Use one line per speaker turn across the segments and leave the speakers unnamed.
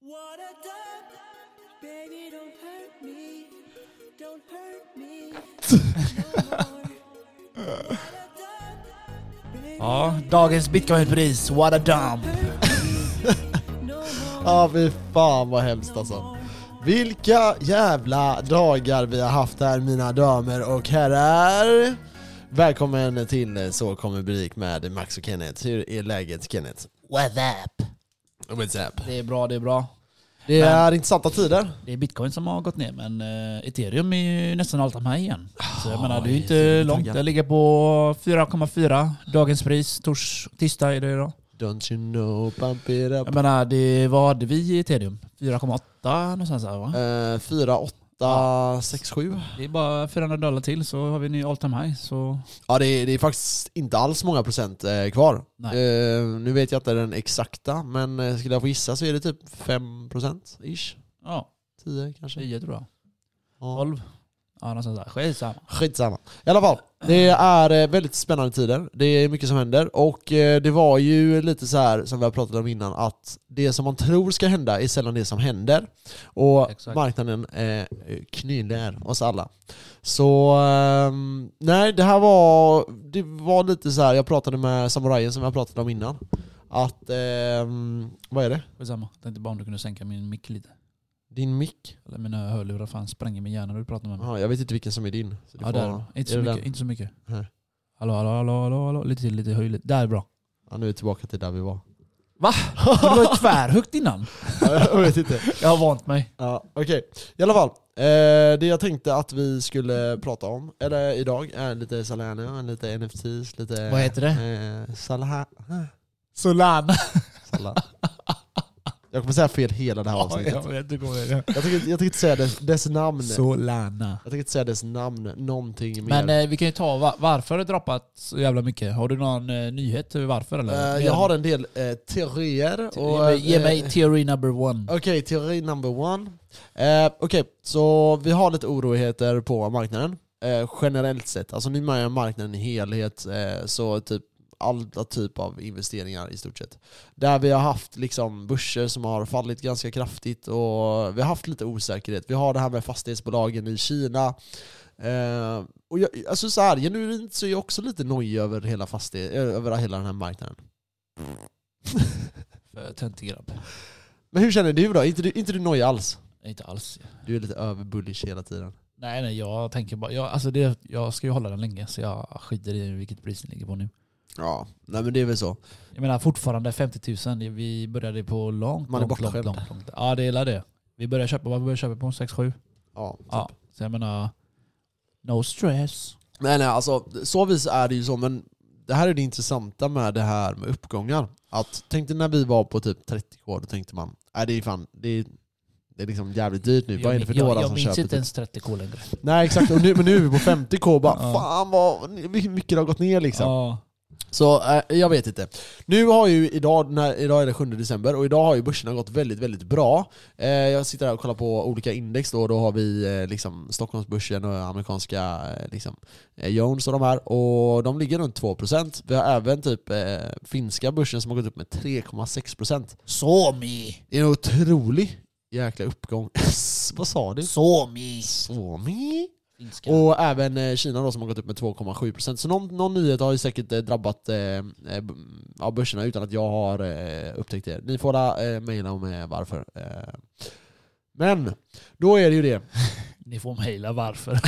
What a dump, baby, don't hurt me, don't hurt me.
Ja, dagens bitcoinpris, what a dump.
Ja, ah, fy fan vad hemskt alltså. Vilka jävla dagar vi har haft här mina damer och herrar. Välkommen till Så kommer Brik med Max och Kenneth. Hur är läget Kenneth? Oh,
What's up?
What's up?
Det är bra, det är bra.
Det är intressanta tider.
Det är bitcoin som har gått ner men eh, ethereum är ju nästan allt här igen. Så jag menar det är ju
Ah, det är
inte långt.
taggad.
Det ligger på 4,4 dagens pris. Tors, tisdag är det idag.
Don't you know, pump it up.
Jag menar det, vad hade vi i ethereum? 4,8 någonstans här va?
Eh, 4, 8, 6, 7.
Det är bara 400 dollar till så har vi en ny all time high. Så
Ja det är, det är faktiskt inte alls många procent eh, kvar.
Nej.
Eh, nu vet jag inte den exakta, men eh, skulle jag få gissa så är det typ 5% ish.
ja,
10 kanske.
10 tror jag.
Ja.
12. Ja någonstans där. Skitsamma.
Skitsamma. I alla fall, det är eh, väldigt spännande tider. Det är mycket som händer och eh, det var ju lite så här som vi har pratat om innan att det som man tror ska hända är sällan det som händer. Och
Exakt.
marknaden eh, knyler oss alla. Så ehm, nej, det här var, det var lite så här. jag pratade med samurajen som jag pratade om innan. Att, ehm, vad är det?
Skitsamma. Tänkte bara om du kunde sänka min mick lite.
Din mick?
Eller mina hörlurar fan spränger min hjärna när du pratar med mig.
Ja, jag vet inte vilken som är din. Så du
Ja,
får-
där. Inte
är
så,
det
mycket,
den?
inte så mycket.
Nej.
Hallå, hallå, hallå, hallå, hallå. Lite till, lite höj. lite. Där är bra.
Ja, nu är vi tillbaka till där vi var.
Va? Men Det var ju tvärhögt innan.
jag vet inte.
Jag har vant mig.
Ja, okej. I alla fall. Eh, det jag tänkte att vi skulle prata om, eller idag, är lite Solana, lite NFTs, lite...
Vad heter det?
Eh, Solana.
Solana.
Solana. Jag kommer säga fel hela det här avsnittet.
vet, du kommer ihåg det.
Jag tänker jag tänker inte säga dess, dess namn.
Solana.
Jag tänker inte säga dess namn, någonting mer.
Men eh, vi kan ju ta va- varför det droppat så jävla mycket. Har du någon eh, nyhet över varför eller?
Eh, jag har en del eh, teorier.
Och,
Och,
ge mig, ge
eh,
mig teori number one.
Okej, teori number one. Eh, Okej, så vi har lite oroligheter på marknaden. Eh, generellt sett, alltså nu är marknaden i helhet, eh, så typ alla typ av investeringar i stort sett. Där vi har haft liksom börser som har fallit ganska kraftigt och vi har haft lite osäkerhet. Vi har det här med fastighetsbolagen i Kina. Eh, och jag, alltså så här, genuint så är jag också lite nojig över hela, fastighet, eh, över hela den här marknaden.
För töntig grabb.
Men hur känner du då? Är inte du, inte du nojig alls?
Inte alls.
Du är lite överbullish hela tiden.
Nej, nej, jag tänker bara... Jag, alltså det, jag ska ju hålla den länge så jag skiter i vilket pris den ligger på nu.
Ja, nej men det är väl så.
Jag menar fortfarande 50 000. Vi började på långt,
Man är
långt, långt,
bortskämd.
långt, långt. Ja det är la det. Vi började köpa, vad började vi köpa på? 6-7?
Ja, typ.
Ja. Så jag menar, no stress.
Nej nej, alltså så vis är det ju så, men det här är det intressanta med det här med uppgångar. Att, tänk dig när vi var på typ 30k, då tänkte man, nej det är fan, det är, det är liksom jävligt dyrt nu. Vad är det för
jag,
några
jag
som
minns
köper?
inte
Typ?
ens 30k längre.
Nej exakt, och nu, men nu är vi på 50k och bara
Ja.
fan vad hur mycket det har gått ner liksom.
Ja.
Så eh, jag vet inte. Nu har ju idag, när, idag är det 7 december och idag har ju börserna gått väldigt, väldigt bra. Eh, jag sitter här och kollar på olika index då, då har vi eh, liksom Stockholmsbörsen och amerikanska eh, liksom, eh, Jones och de här och de ligger runt 2%. Vi har även typ eh, finska börsen som har gått upp med 3,6%.
Somi!
Det är en otrolig jäkla uppgång. Vad sa du?
Somi!
Suomi?
Finska.
Och även eh, Kina då som har gått upp med 2,7% Så någon, någon nyhet har ju säkert eh, drabbat eh, eh, b- ja, börserna utan att jag har eh, upptäckt det. Ni får alla, eh, mejla om eh, varför. Eh. Men, då är det ju det.
Ni får mejla varför.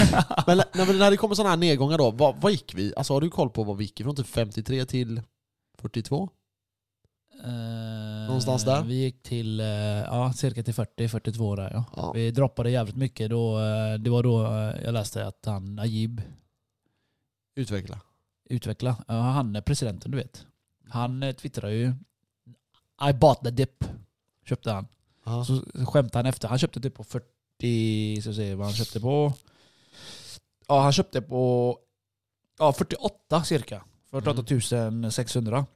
Men när, men när det kommer sådana här nedgångar då, vad, vad gick vi? Alltså har du koll på vad vi gick ifrån? Typ 53 till 42?
Eh,
Någonstans där?
Vi gick till, eh, ja cirka till 40, 42 där ja.
Ja.
Vi droppade jävligt mycket då, eh, det var då eh, jag läste att han Najib
Utveckla.
utveckla. Ja, han är presidenten du vet. Han eh, twittrar ju I bought the dip. Köpte han.
Ja.
Så skämtade han efter. Han köpte typ på 40, så säger vad han köpte på. Ja han köpte på ja, 48 cirka. 48 600.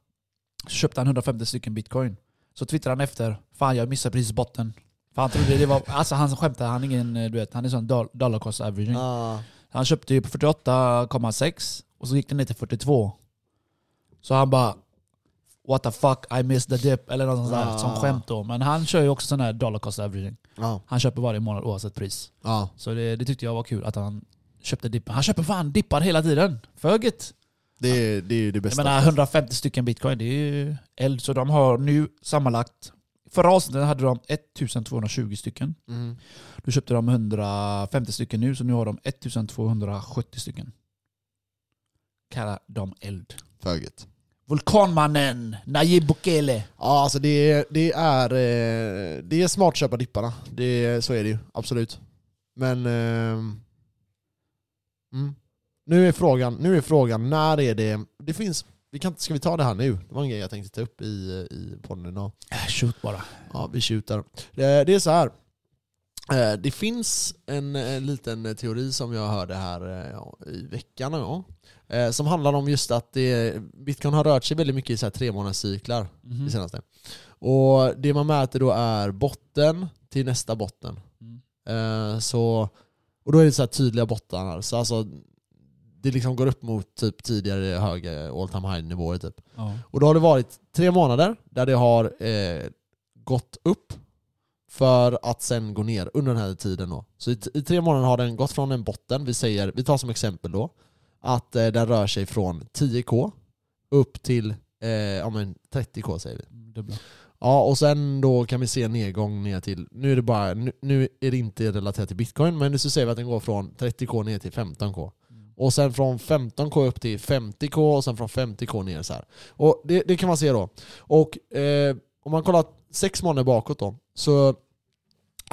Så köpte han 150 stycken bitcoin. Så twittrade han efter. Fan jag missade prisbotten. För han trodde det var, alltså han skämtade, han är ingen, eh, du vet, han är sån doll- dollar cost averaging.
Ah.
Han köpte ju på 48,6 och så gick den ner till 42. Så han bara what the fuck, I missed the dip eller något sånt där
Ah.
som skämt då. Men han kör ju också sån här dollar cost averaging.
Ja.
Han köper varje månad oavsett pris.
Ja.
Så det, det tyckte jag var kul att han köpte dippar. Han köper fan dippar hela tiden. Föget.
Det, är, det är ju det
Jag
bästa.
menar 150 stycken bitcoin, det är ju eld. Så de har nu sammanlagt, förra avsnittet hade de 1220 stycken.
Mm.
Då köpte de 150 stycken nu, så nu har de 1270 stycken. Kalla dem eld.
Föget.
Vulkanmannen Najib Bukele.
Ja, alltså det, det är eh, det är smart att köpa dipparna. Det, så är det ju, absolut. Men... ehm, mm. Nu är frågan, nu är frågan när är det... Det finns... Vi kan, inte- ska vi ta det här nu? Det var en grej jag tänkte ta upp i, i podden idag.
Äh, Shoot bara.
Ja, vi tjutar. Det, det är så här. Eh, Det finns en, eh, liten teori som jag hörde här eh, ja, i veckan någon gång, eh, som handlar om just att det, bitcoin har rört sig väldigt mycket i så här tre månaders cyklar det senaste. Och det man mäter då är botten till nästa botten.
Mm.
Eh, så, och då är det så här tydliga bottnar. Så alltså, det liksom går upp mot typ tidigare höga all time high nivåer typ.
Ja.
Och då har det varit tre månader där det har eh, gått upp för att sen gå ner under den här tiden då. Så i, t- i tre månader har den gått från en botten, vi säger, vi tar som exempel då, att eh, den rör sig från 10k upp till eh, ja, men 30k säger vi.
Dubbla.
Ja, och sen då kan vi se en nedgång ner till, nu är det bara, nu, nu är det inte relaterat till bitcoin, men så ser vi att den går från 30k ner till 15k. Och sen från 15k upp till 50k och sen från 50k ner så här. Och det, det kan man se då. Och eh, om man kollar sex månader bakåt då, så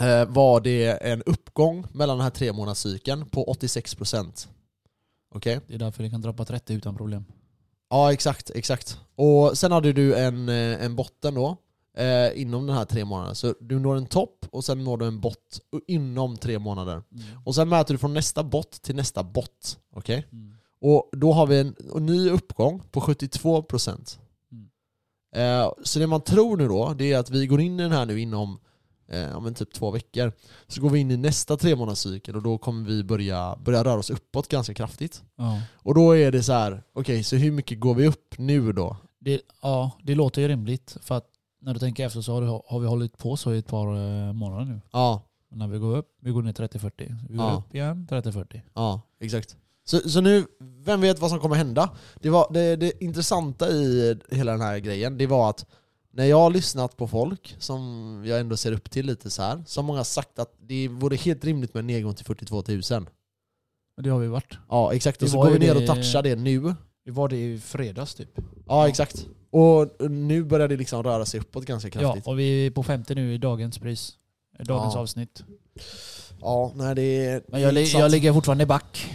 eh, var det en uppgång mellan den här tre månadscykeln på 86%. Okej?
Det är därför det kan droppa 30 utan problem.
Ja, exakt, exakt. Och sen hade du en, eh, en botten då, eh, inom den här tre månaderna. Så du når en topp och sen når du en bott inom tre månader. Och sen mäter du från nästa bott till nästa bott. Okej?
Mm.
Och då har vi en, en ny uppgång på 72%.
Mm.
Eh, så det man tror nu då, det är att vi går in i den här nu inom eh, om en typ två veckor. Så går vi in i nästa tre månaderscykel och då kommer vi börja, börja röra oss uppåt ganska kraftigt.
Ja.
Och då är det så här, okej så hur mycket går vi upp nu då?
Det, ja, det låter ju rimligt. För att när du tänker efter så har, du, har vi hållit på så i ett par eh, månader nu.
Ja,
När vi går upp, vi går ner 30-40. Vi går
Ja.
upp igen 30-40.
ja exakt. Så, så nu, vem vet vad som kommer hända? Det, var, det, det intressanta i hela den här grejen, det var att när jag har lyssnat på folk som jag ändå ser upp till lite så här, så har många sagt att det vore helt rimligt med en nedgång till 42 000.
Och det har vi varit.
Ja exakt, och
Det
så
var
går vi
ju
ner
det-
och touchar det nu.
Vi var det i fredags typ.
Ja exakt. Och nu börjar det liksom röra sig uppåt ganska
Ja,
kraftigt.
och vi är på 50 nu i dagens pris. Dagens
Ja.
avsnitt.
Ja, nej det är...
Men jag,
det är
li-
intressant.
jag ligger fortfarande back.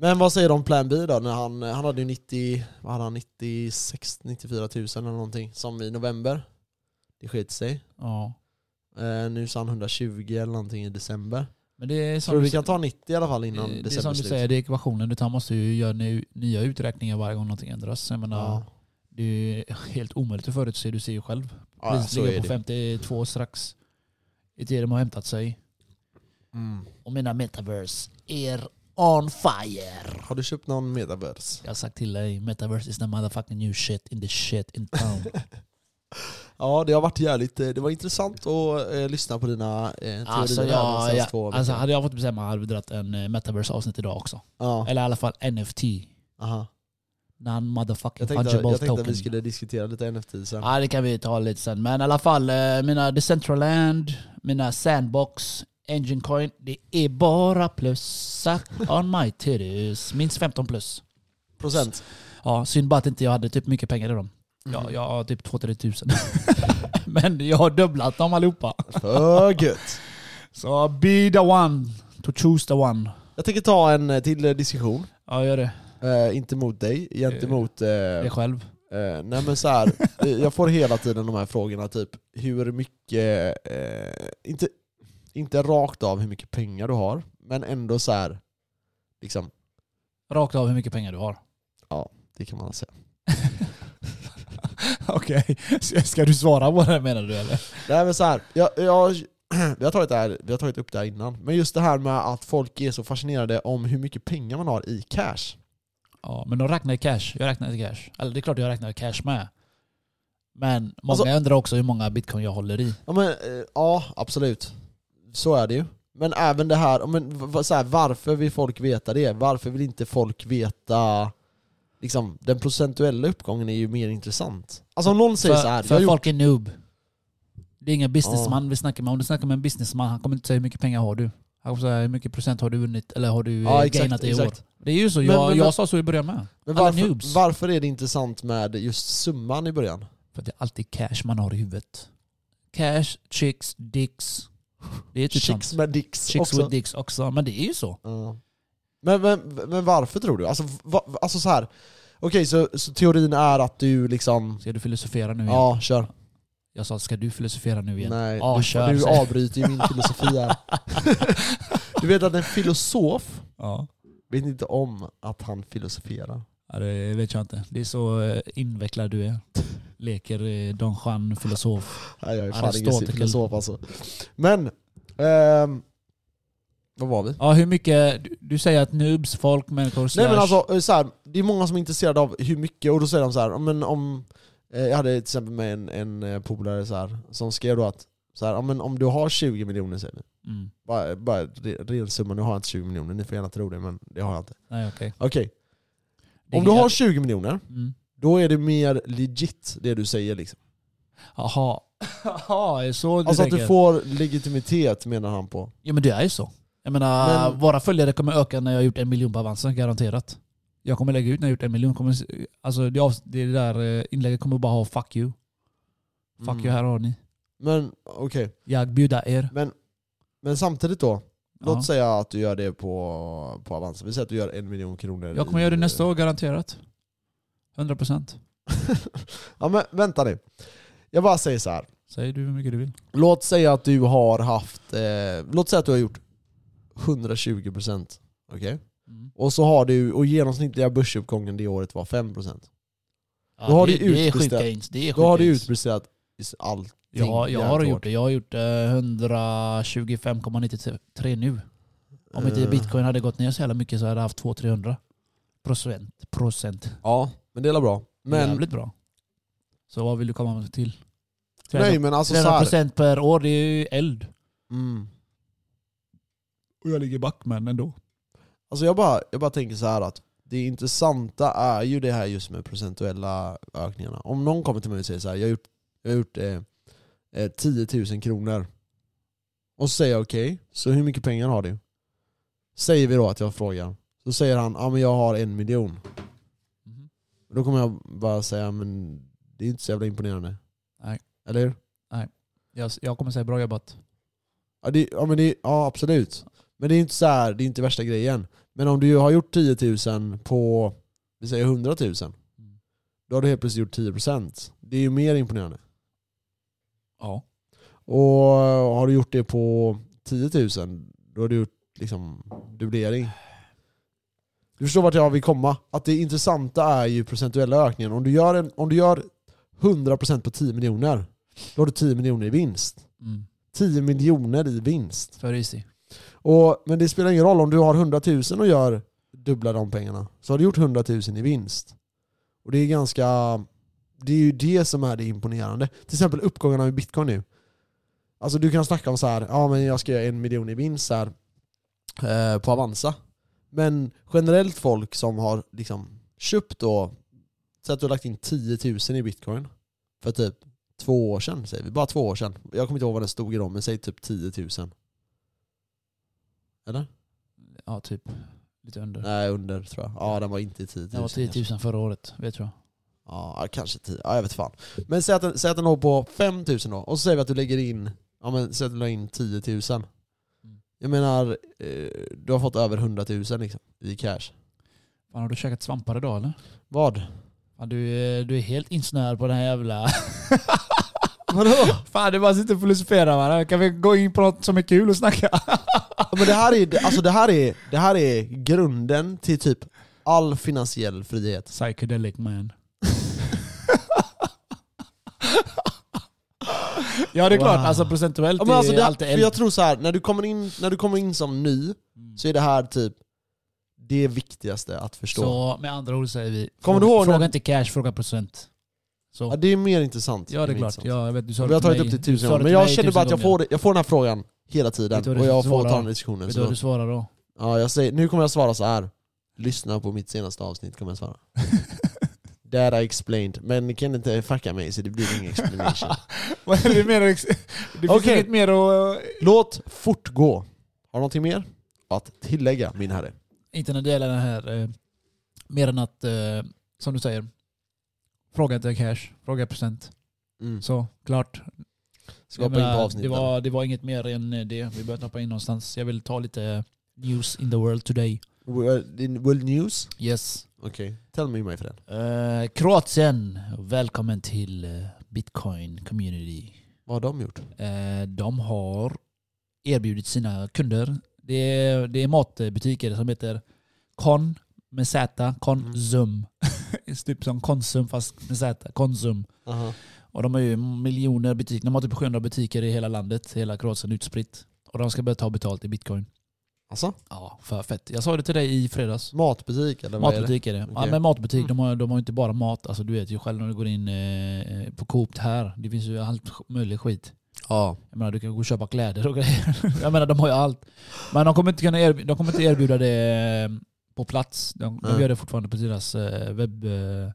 Men vad säger du om Plan B då? När han, eh, han hade ju 90, vad hade han, 96, 94 000 eller någonting som i november. Det sket sig.
Ja.
Eh, nu sa han 120 eller någonting i december.
Men det är som
Tror du
du
vi kan
sä-
ta 90 i alla fall innan
det, det är
december
som du
slut?
säger, det är ekvationen. Utan man måste ju göra ny, nya uträkningar varje gång någonting ändras. Jag menar,
ja.
det är helt omöjligt att förutse. Du ser ju själv.
Ja,
Priset
så
ligger
är
på
det.
52 strax. Ethereum har hämtat sig.
Mm.
Och mina metaverse är on fire.
Har du köpt någon metaverse?
Jag har sagt till dig, metaverse is the motherfucking new shit in the shit in town.
Ja, det har varit jävligt... eh, Det var intressant att eh, lyssna på dina eh, teorier
alltså,
här de
jag,
senaste
jag,
två
alltså,
veckorna.
hade jag fått bestämma hade vi dragit en eh, metaverse avsnitt idag också.
ja.
Eller i alla fall NFT.
aha.
Non motherfucking
Jag tänkte,
fungible
jag tänkte
token.
att vi skulle diskutera lite NFT sen.
Ja, det kan vi ta lite sen. Men i alla fall, eh, mina Decentraland, mina Sandbox, Engine Coin. Det är bara plus. Suck on my titties. Minst 15 plus.
Procent.
Ja, synd bara att inte jag hade typ mycket pengar i dem.
Mm.
Ja, jag har typ 2-3 tusen. Men jag har dubblat dem allihopa.
För gött.
Så be the one to choose the one.
Jag tänker ta en eh, till eh, diskussion.
Ja, gör det.
Eh, inte mot dig, gentemot... Eh,
Det själv.
eh, nej men så här, eh, jag får hela tiden de här frågorna, typ hur mycket... Eh, inte, inte rakt av hur mycket pengar du har, men ändå så här, liksom,
Rakt av hur mycket pengar du har.
det kan man säga.
Okej, ska du svara på det menar du eller?
Nej men så här, jag, jag, vi, har tagit det här, vi har tagit upp det här innan, men just det här med att folk är så fascinerade om hur mycket pengar man har i cash.
Ja, men de räknar i cash. Jag räknar inte cash. Eller det är klart jag räknar i cash med. Men många
Alltså-
undrar också hur många bitcoin jag håller i.
Ja, men, eh, ja absolut. Så är det ju. Men även det här, ja, men, v- v- så här, varför vill folk veta det? Varför vill inte folk veta liksom, den procentuella uppgången är ju mer intressant. Alltså om någon säger
För,
så här,
för
jag har
folk är noob. Det är inga businessman vi snackar med. Om du snackar med en businessman, han kommer inte säga hur mycket pengar har du. Han kommer säga hur mycket procent har du vunnit eller har du
Ja,
ja,
exakt,
gainat i
exakt.
år. Det är ju så.
Men-
jag,
men- men-
jag sa så i början med.
men
alla
varför,
noobs.
varför är det intressant med just summan i början?
För att det är alltid cash man har i huvudet. Cash, chicks, dicks. Det är typ
Chicks
sånt.
med dicks
Chicks
också.
with dicks också. Men det är ju så.
Ja. Men, men, men varför tror du? Alltså, va, alltså så här. okej så, så teorin är att du liksom,
Ska du filosofera nu igen?
ja kör.
Jag sa, ska du filosofera nu igen?
Nej,
Ja,
du,
kör,
du
säger-
avbryter ju min filosofi här. du vet att en filosof
Ja.
vet inte om att han filosoferar.
Ja, det vet jag inte. Det är så eh, invecklad du är. Leker eh, Don Juan filosof.
Nej, jag är fan ingen
Aristoteles.
filosof alltså. Men, ehm, vad var vi?
Ja, hur mycket... Du, du säger att noobs, folk, människor, slash...
Nej men alltså, eh, så här, det är många som är intresserade av hur mycket, och då säger de så här, "Ja, men om, eh, jag hade till exempel med en, en eh, polare så här, som skrev då att, så här, "Ja, men om du har 20 miljoner säger vi,
Mm.
bara, bara re- ren summa, nu har jag inte 20 miljoner, ni får gärna tro det men det har jag inte.
Nej, okej.
Okej,
Det
om
är-
du har 20 miljoner,
Mm.
då är det mer legit det du säger liksom.
Jaha. Jaha, är det så du
Alltså att
tänker?
du får legitimitet menar han på.
Ja men det är ju så. Jag menar,
Men-
våra följare kommer öka när jag har gjort en miljon på Avanza, garanterat. Jag kommer lägga ut när jag har gjort en miljon. Kommer, alltså det, avs- det där eh, inlägget kommer bara ha 'fuck you'. Fuck
Mm.
you, här har ni.
Men okej,
Jag bjuder er.
men, men samtidigt då,
Ja.
låt säga att du gör det på, på Avanza, vi säger att du gör en miljon kronor.
Jag kommer
i-
göra det nästa år, garanterat. 100%.
Ja men vänta nu. Jag bara säger så här.
Säg du hur mycket du vill.
låt säga att du har haft, eh, låt säga att du har gjort 120% Okej?
Mm.
Och så har du, och genomsnittliga börsuppgången det året var 5% Då har
det,
du
det är
utbeställt-
sjuka ins. Det är
Då har
sjuka
du
ins.
utpresterat is- allting
Ja, jag har
jävligt
gjort
hårt.
det. Jag har gjort eh, 125,93 nu. Om inte
Eh,
bitcoin hade gått ner så jävla mycket så hade jag haft 200-300 procent. procent.
Ja, men det är väl bra. Men,
Jävligt bra. Så vad vill du komma till? 300,
nej men alltså så här.
procent per år, det är ju eld.
Mm.
Och jag ligger back men ändå.
Alltså jag bara, jag bara tänker så här att det intressanta är ju det här just med procentuella ökningarna. Om någon kommer till mig och säger så här, jag har gjort, jag har gjort eh, eh, 10 000 kronor. Och så säger jag okej, så hur mycket pengar har du? Säger vi då att jag frågar. Så säger han, ja men jag har en miljon.
Mhm.
Då kommer jag bara säga, men det är inte så jävla imponerande.
Nej.
Eller hur?
Jag, jag kommer säga bra jobbat.
Ja, det, ja, men det, ja absolut. Men det är inte så här, det är inte värsta grejen. Men om du har gjort 10 000 på, vi säger 100 000. Då har du helt plötsligt gjort 10%. Det är ju mer imponerande.
Ja.
Och har du gjort det på 10 000, då har du gjort liksom dubblering. Du förstår vart jag vill komma? Att det intressanta är ju procentuella ökningen. Om du gör, en, om du gör 100% på 10 miljoner, då har du 10 miljoner i vinst.
Mm.
10 miljoner i vinst.
För easy.
Och, men det spelar ingen roll om du har 100 000 och gör dubbla de pengarna. Så har du gjort 100 000 i vinst. Och det är ganska... Det är ju det som är det imponerande. Till exempel uppgångarna med bitcoin nu. Alltså du kan snacka om så här, ja men jag ska göra en miljon i vinst så här, eh, på Avanza. Men generellt folk som har liksom köpt då, så att du har lagt in 10 000 i bitcoin för typ två år sedan säger vi, bara två år sedan. Jag kommer inte ihåg vad den stod i då, men säg typ 10 000. Eller?
Ja, typ. Lite under.
Nej, under tror jag. Ja, den var inte i 10 000.
Det var 10 000 förra året, vet jag.
Ja, kanske 10. Ja, jag vet fan. Men säg att, den- säg att den låg på 5 000 då, och så säger vi att du lägger in, ja men säg att du lägger in 10 000. Jag menar, eh, du har fått över 100 000 liksom, i cash.
Fan, har du käkat svampar idag eller?
Vad?
Fan, du, är- du är helt insnöad på den här jävla...
Vadå?
Fan, du bara sitter och filosoferar va? Kan vi gå in på något som är kul och snacka?
Ja, men det här är, alltså det här är, det här är grunden till typ all finansiell frihet.
Psychedelic man. ja, det är
Wow.
klart. Alltså procentuellt
Ja, men alltså
är
det,
allt
för
eld. Mm.
jag tror så här, när du kommer in, när du kommer in som ny, så är det här typ det viktigaste att förstå.
Så med andra ord säger vi,
Kommer
fråga,
du ihåg
fråga
när-
inte cash, fråga procent. Så.
Ja, det är mer intressant.
Ja det är
mer
klart.
intressant.
Ja, jag vet, du sa
Vi har
det till
tagit upp det
mig- du sa
tusen gånger, men
till
jag
mig
känner bara att
tusen
jag
gånger.
får, jag får den här frågan hela
Vet du
tiden
vad du
och jag
ska
får
svara?
ta den diskussionen.
Vet du vad
Så.
du svarar då?
Ja, jag säger, nu kommer jag svara så här. Lyssna på mitt senaste avsnitt kommer jag svara. That I explained. Men ni kan inte fucka mig så det blir ingen explanation.
Vad är det mer? ex- Det finns
Okej.
inget mer att...
Låt fortgå. Har du någonting mer att tillägga min herre?
Inte när det gäller den här... Eh, mer än att, eh, som du säger, fråga inte cash, fråga procent.
Mm.
Så, klart.
Ska hoppa
Jag
in
menar,
på avsnittet.
Det var, det var inget mer än eh, det. Vi började tappa in någonstans. Jag vill ta lite eh, news in the world today.
World, in world news?
Yes.
Okej, tell me my friend.
Eh, Kroatien, välkommen till eh, Bitcoin community.
Vad har de gjort?
Eh, de har erbjudit sina kunder, det är, det är matbutiker som heter Kon med Z, Konsum. typ som Konsum fast med Z, Konsum.
Aha.
Och de har ju miljoner butiker, de har typ 700 butiker i hela landet, hela Kroatien utspritt. Och de ska börja ta betalt i bitcoin.
Alltså,
Ja, för fett. Jag sa det till dig i fredags.
matbutik eller vad är det?
Matbutik är det. Ja,
Okej.
men matbutik, de har ju de har ju inte bara mat. Alltså, du vet ju själv när du går in eh, på Coop här, det finns ju allt möjligt skit.
Ja.
Jag menar, du kan gå och köpa kläder och grejer. Jag menar, de har ju allt. Men de kommer inte, kunna erbjuda, de kommer inte erbjuda det eh, på plats. De, de
Nej.
gör det fortfarande på deras eh, webb, eh,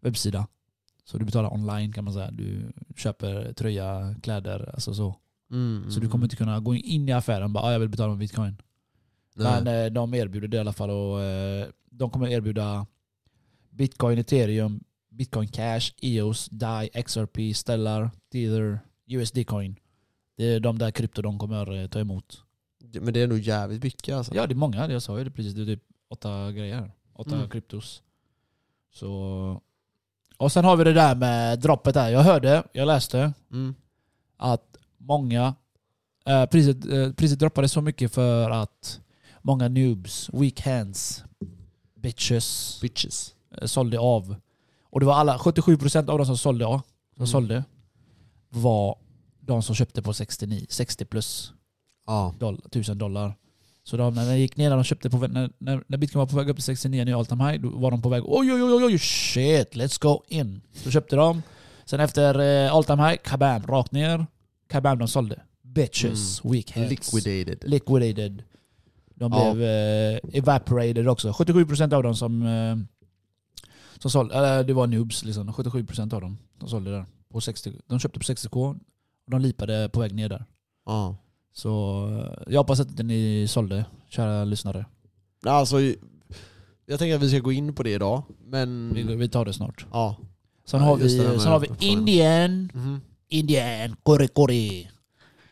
webbsida. Så du betalar online kan man säga. Du köper tröja, kläder, alltså så.
Mm,
Så du kommer inte kunna gå in i affären och bara ah, jag vill betala med bitcoin.
Nej.
Men eh, de erbjuder det i alla fall. Och, eh, de kommer erbjuda bitcoin, ethereum, bitcoin cash, E EOS, DAI, XRP, Stellar, Tether, USD-coin. Det är de där krypto de kommer eh, ta emot.
Men det är nog jävligt mycket alltså.
Ja, det är många. Jag sa ju det precis. Det är typ åtta grejer. Åtta
Mm.
kryptos. Så... Och sen har vi det där med droppet där. Jag hörde, jag läste
Mm.
att många... Eh, priset, eh, priset droppade så mycket för att många noobs, weak hands, bitches
Bitches.
eh, sålde av. Och det var alla, 77% av de som sålde, av, som
Mm.
sålde var de som köpte på 69, 60 plus
Ja.
doll, 1000 dollar. Så de, när den gick ner, när de köpte på, vä- när, när, när bitcoin var på väg upp till 69 i all time high, då var de på väg oj oj oj oj shit, let's go in. Så köpte de. Sen efter eh, all time high, kabam, rakt ner. Kabam, de sålde. Bitches, weak hands.
Mm. Liquidated.
Liquidated. De
Ja.
blev eh, evaporated också. 77% av dem som, eh, som sålde, eller det var noobs liksom. 77% av dem som sålde där. På 60, de köpte på 60k och de lipade på väg ner där.
Ja.
Så eh, jag hoppas att inte ni sålde, kära lyssnare.
Alltså, jag tänker att vi ska gå in på det idag, men...
Vi, vi tar det snart.
Ja.
Sen
Ja,
har
Mm. just
vi,
det där med
sen har vi
uppföljning.
Indien,
Mhm.
Indien, curry curry.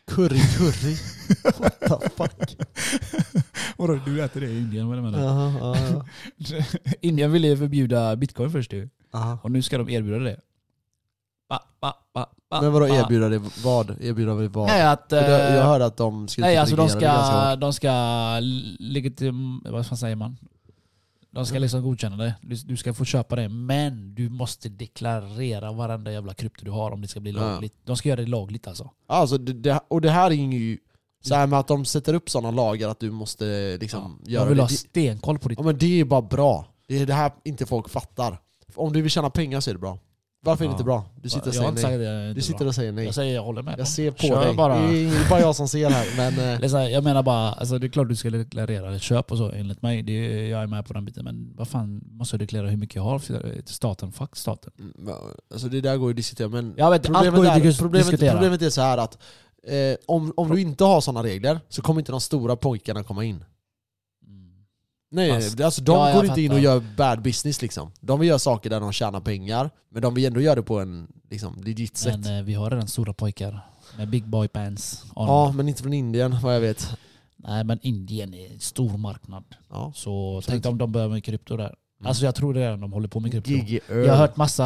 Curry curry. What the fuck?
Vadå, du äter det i Indien? Vad menar
Aha, ja,
Indien ville förbjuda bitcoin först ju.
ja.
Och nu ska de erbjuda det. Ba, ba, ba, ba,
Men vadå
ba.
erbjuda det vad? Erbjuda det vad?
Ah, Nej, att,
För det- jag
eh,
hörde att de skulle
nej
typ
alltså de
reglera det ganska
ska,
hårt.
de ska legitim... Vad fan säger man? De ska liksom godkänna det. Du, du ska få köpa det. Men du måste deklarera varenda jävla krypto du har om det ska bli
Ja.
lagligt. De ska göra det lagligt alltså.
Alltså, det, det, och det här är ju... Så här med att de sätter upp sådana lagar att du måste liksom
Jag
göra
vill
det.
ha
Det-
stenkoll på ditt...
Ja men det är bara bra. Det är det här inte folk fattar. Om du vill tjäna pengar så är det bra. Varför är det
Ja.
inte bra? Du sitter och
jag har
säger
inte
nej.
sagt det.
Du sitter och säger nej.
Jag säger jag håller med. dem.
Jag ser på
Kör
dig.
Bara.
Det är bara jag som ser här. Men eh,
Eller så här, Jag menar bara, alltså det är klart du ska deklarera ett köp och så enligt mig. Det är, jag är med på den biten. Men vad fan, måste jag deklarera hur mycket jag har för- till staten? Fuck staten.
alltså, det där går ju att diskutera. Men
Jag vet, allt går ju att
är,
dis-
problemet,
diskutera.
problemet är så här att eh, om, om du inte har sådana regler så kommer inte de stora pojkarna komma in.
Mm.
Nej,
Fast-
alltså, de
Ja, jag
går inte in och
fattar.
gör bad business liksom. De vill göra saker där de tjänar pengar, men de vill ändå göra det på en liksom, legit sätt.
Men eh, vi har redan stora pojkar med big boy pants. on.
ja, men inte från Indien vad jag vet.
Nej men Indien är en stor marknad.
Ja.
Så tänk om de börjar med krypto där.
Mm.
Alltså jag tror redan de håller på med krypto.
Gigi
Jag har hört massa,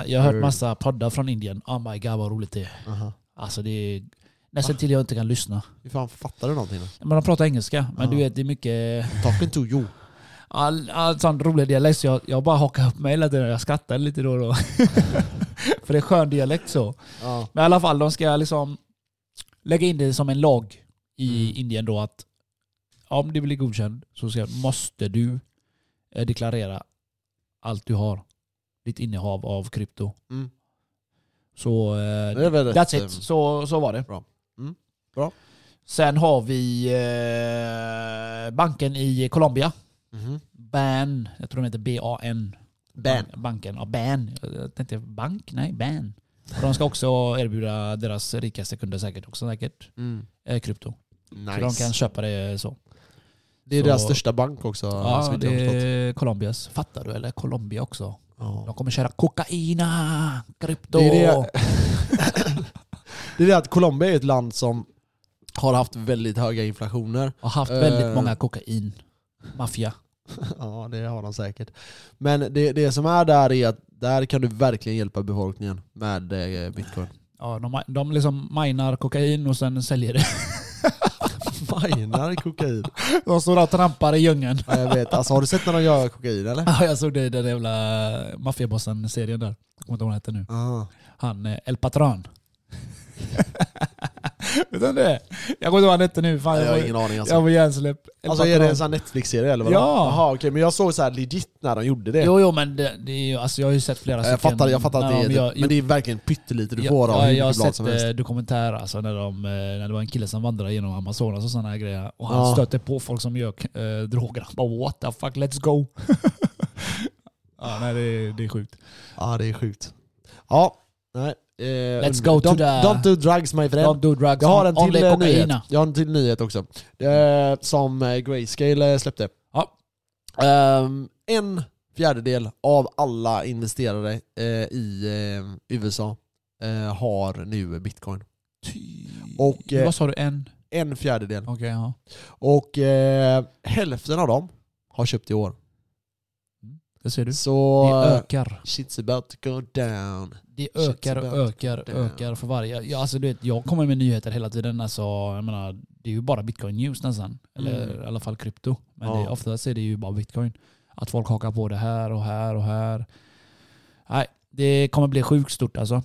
Gigi
jag har
Earl.
hört massa poddar från Indien. Oh my god vad roligt det är.
Aha.
Alltså det är nästan till jag inte kan lyssna.
Hur fan fattar du någonting då?
Men de pratar engelska. Men
Ja.
du vet det är mycket
Talking to you.
all, all sån rolig dialekt. Så jag, jag bara hakar upp mig hela tiden. Jag skrattar lite då och då. För det är skön dialekt så.
Ja.
Men i alla fall, de ska liksom lägga in det som en lag i
Mm.
Indien då att om du blir godkänd så ska, måste du eh, deklarera allt du har. ditt innehav av krypto.
Mm.
Så eh,
Det är väl rätt,
That's it,
eh,
så, så var det.
Bra. Mm. Bra.
Sen har vi eh, banken i Colombia.
mhm.
BAN. Jag tror den heter B-A-N.
Ban.
Banken. Ja, BAN. Jag tänkte bank? Nej, BAN. Och de ska också erbjuda deras rikaste kunder säkert också säkert
Mm.
eh, krypto. Så de
Nice.
kan köpa det så.
det är
så-
deras största bank också.
Ja,
såvitt jag
det
förstått.
är Colombias. Fattar du? Eller Colombia också. De
Ja.
kommer köra kokaina, krypto.
Det är det- Det är det att Colombia är ett land som har haft väldigt höga inflationer.
Har haft väldigt
Eh.
många kokain. Maffia.
Ja, det har de säkert. Men det, det som är där är att där kan du verkligen hjälpa befolkningen med eh, bitcoin.
Ja, de, de liksom minar kokain och sen säljer det.
Minar kokain.
De står och trampar i djungeln.
Ja, jag vet. Alltså, har du sett när de gör kokain eller?
Ja, jag såg det i den jävla maffiabossen-serien där. Jag kommer inte ihåg vad han heter nu.
Ah.
Han, eh, El Patron. Vet du det? Jag kommer inte ihåg vad han hette nu. Fan,
Nej,
jag,
jag har
var-
ingen aning alltså.
jag var hjärnsläpp. El
Alltså är det
Patron.
en sån här Netflix-serie eller vadå?
Ja.
Jaha okej, men jag såg så här legit när de gjorde det.
Jo, jo, men det, det är ju, alltså, jag har ju sett flera
jag, fattar, jag fattar att det är,
men
men,
jag,
men det är verkligen pyttelite du
jag,
får av
jag,
hur
jag har
mycket blad
sett
som helst.
eh, dokumentärer alltså, när, de, eh, när det var en kille som vandrade genom Amazonas och sådana här grejer. Och han
Ja.
stötte på folk som gör eh, droger. Han bara what the fuck, let's go. ja, nej, det, det är sjukt.
Ja det är sjukt. Ja, nej. eh, under-
go to
don't,
the-
Don't do drugs my friend.
Don't do drugs,
Jag har en
only
till eh, nyhet.
kokaina.
Jag har en till nyhet också. Eh, som eh, Grayscale eh, släppte.
Ja.
Ehm, en fjärdedel av alla investerare eh, i eh, USA eh, har nu bitcoin. Och, eh,
Vad sa du? En?
En fjärdedel.
Okej, ja.
Och eh, hälften av dem har köpt i år.
Det ser du.
Så
Det
eh,
ökar.
shit's about to go down.
Det
shit's
ökar och
about
ökar
damn.
ökar för varje... Ja, alltså, du vet, jag kommer med nyheter hela tiden. Alltså, jag menar, det är ju bara bitcoin news nästan. Eller
Mm.
i alla fall krypto. Men
Ja.
det, oftast är det ju bara bitcoin. Att folk hakar på det här och här och här. Nej, det kommer bli sjukt stort alltså.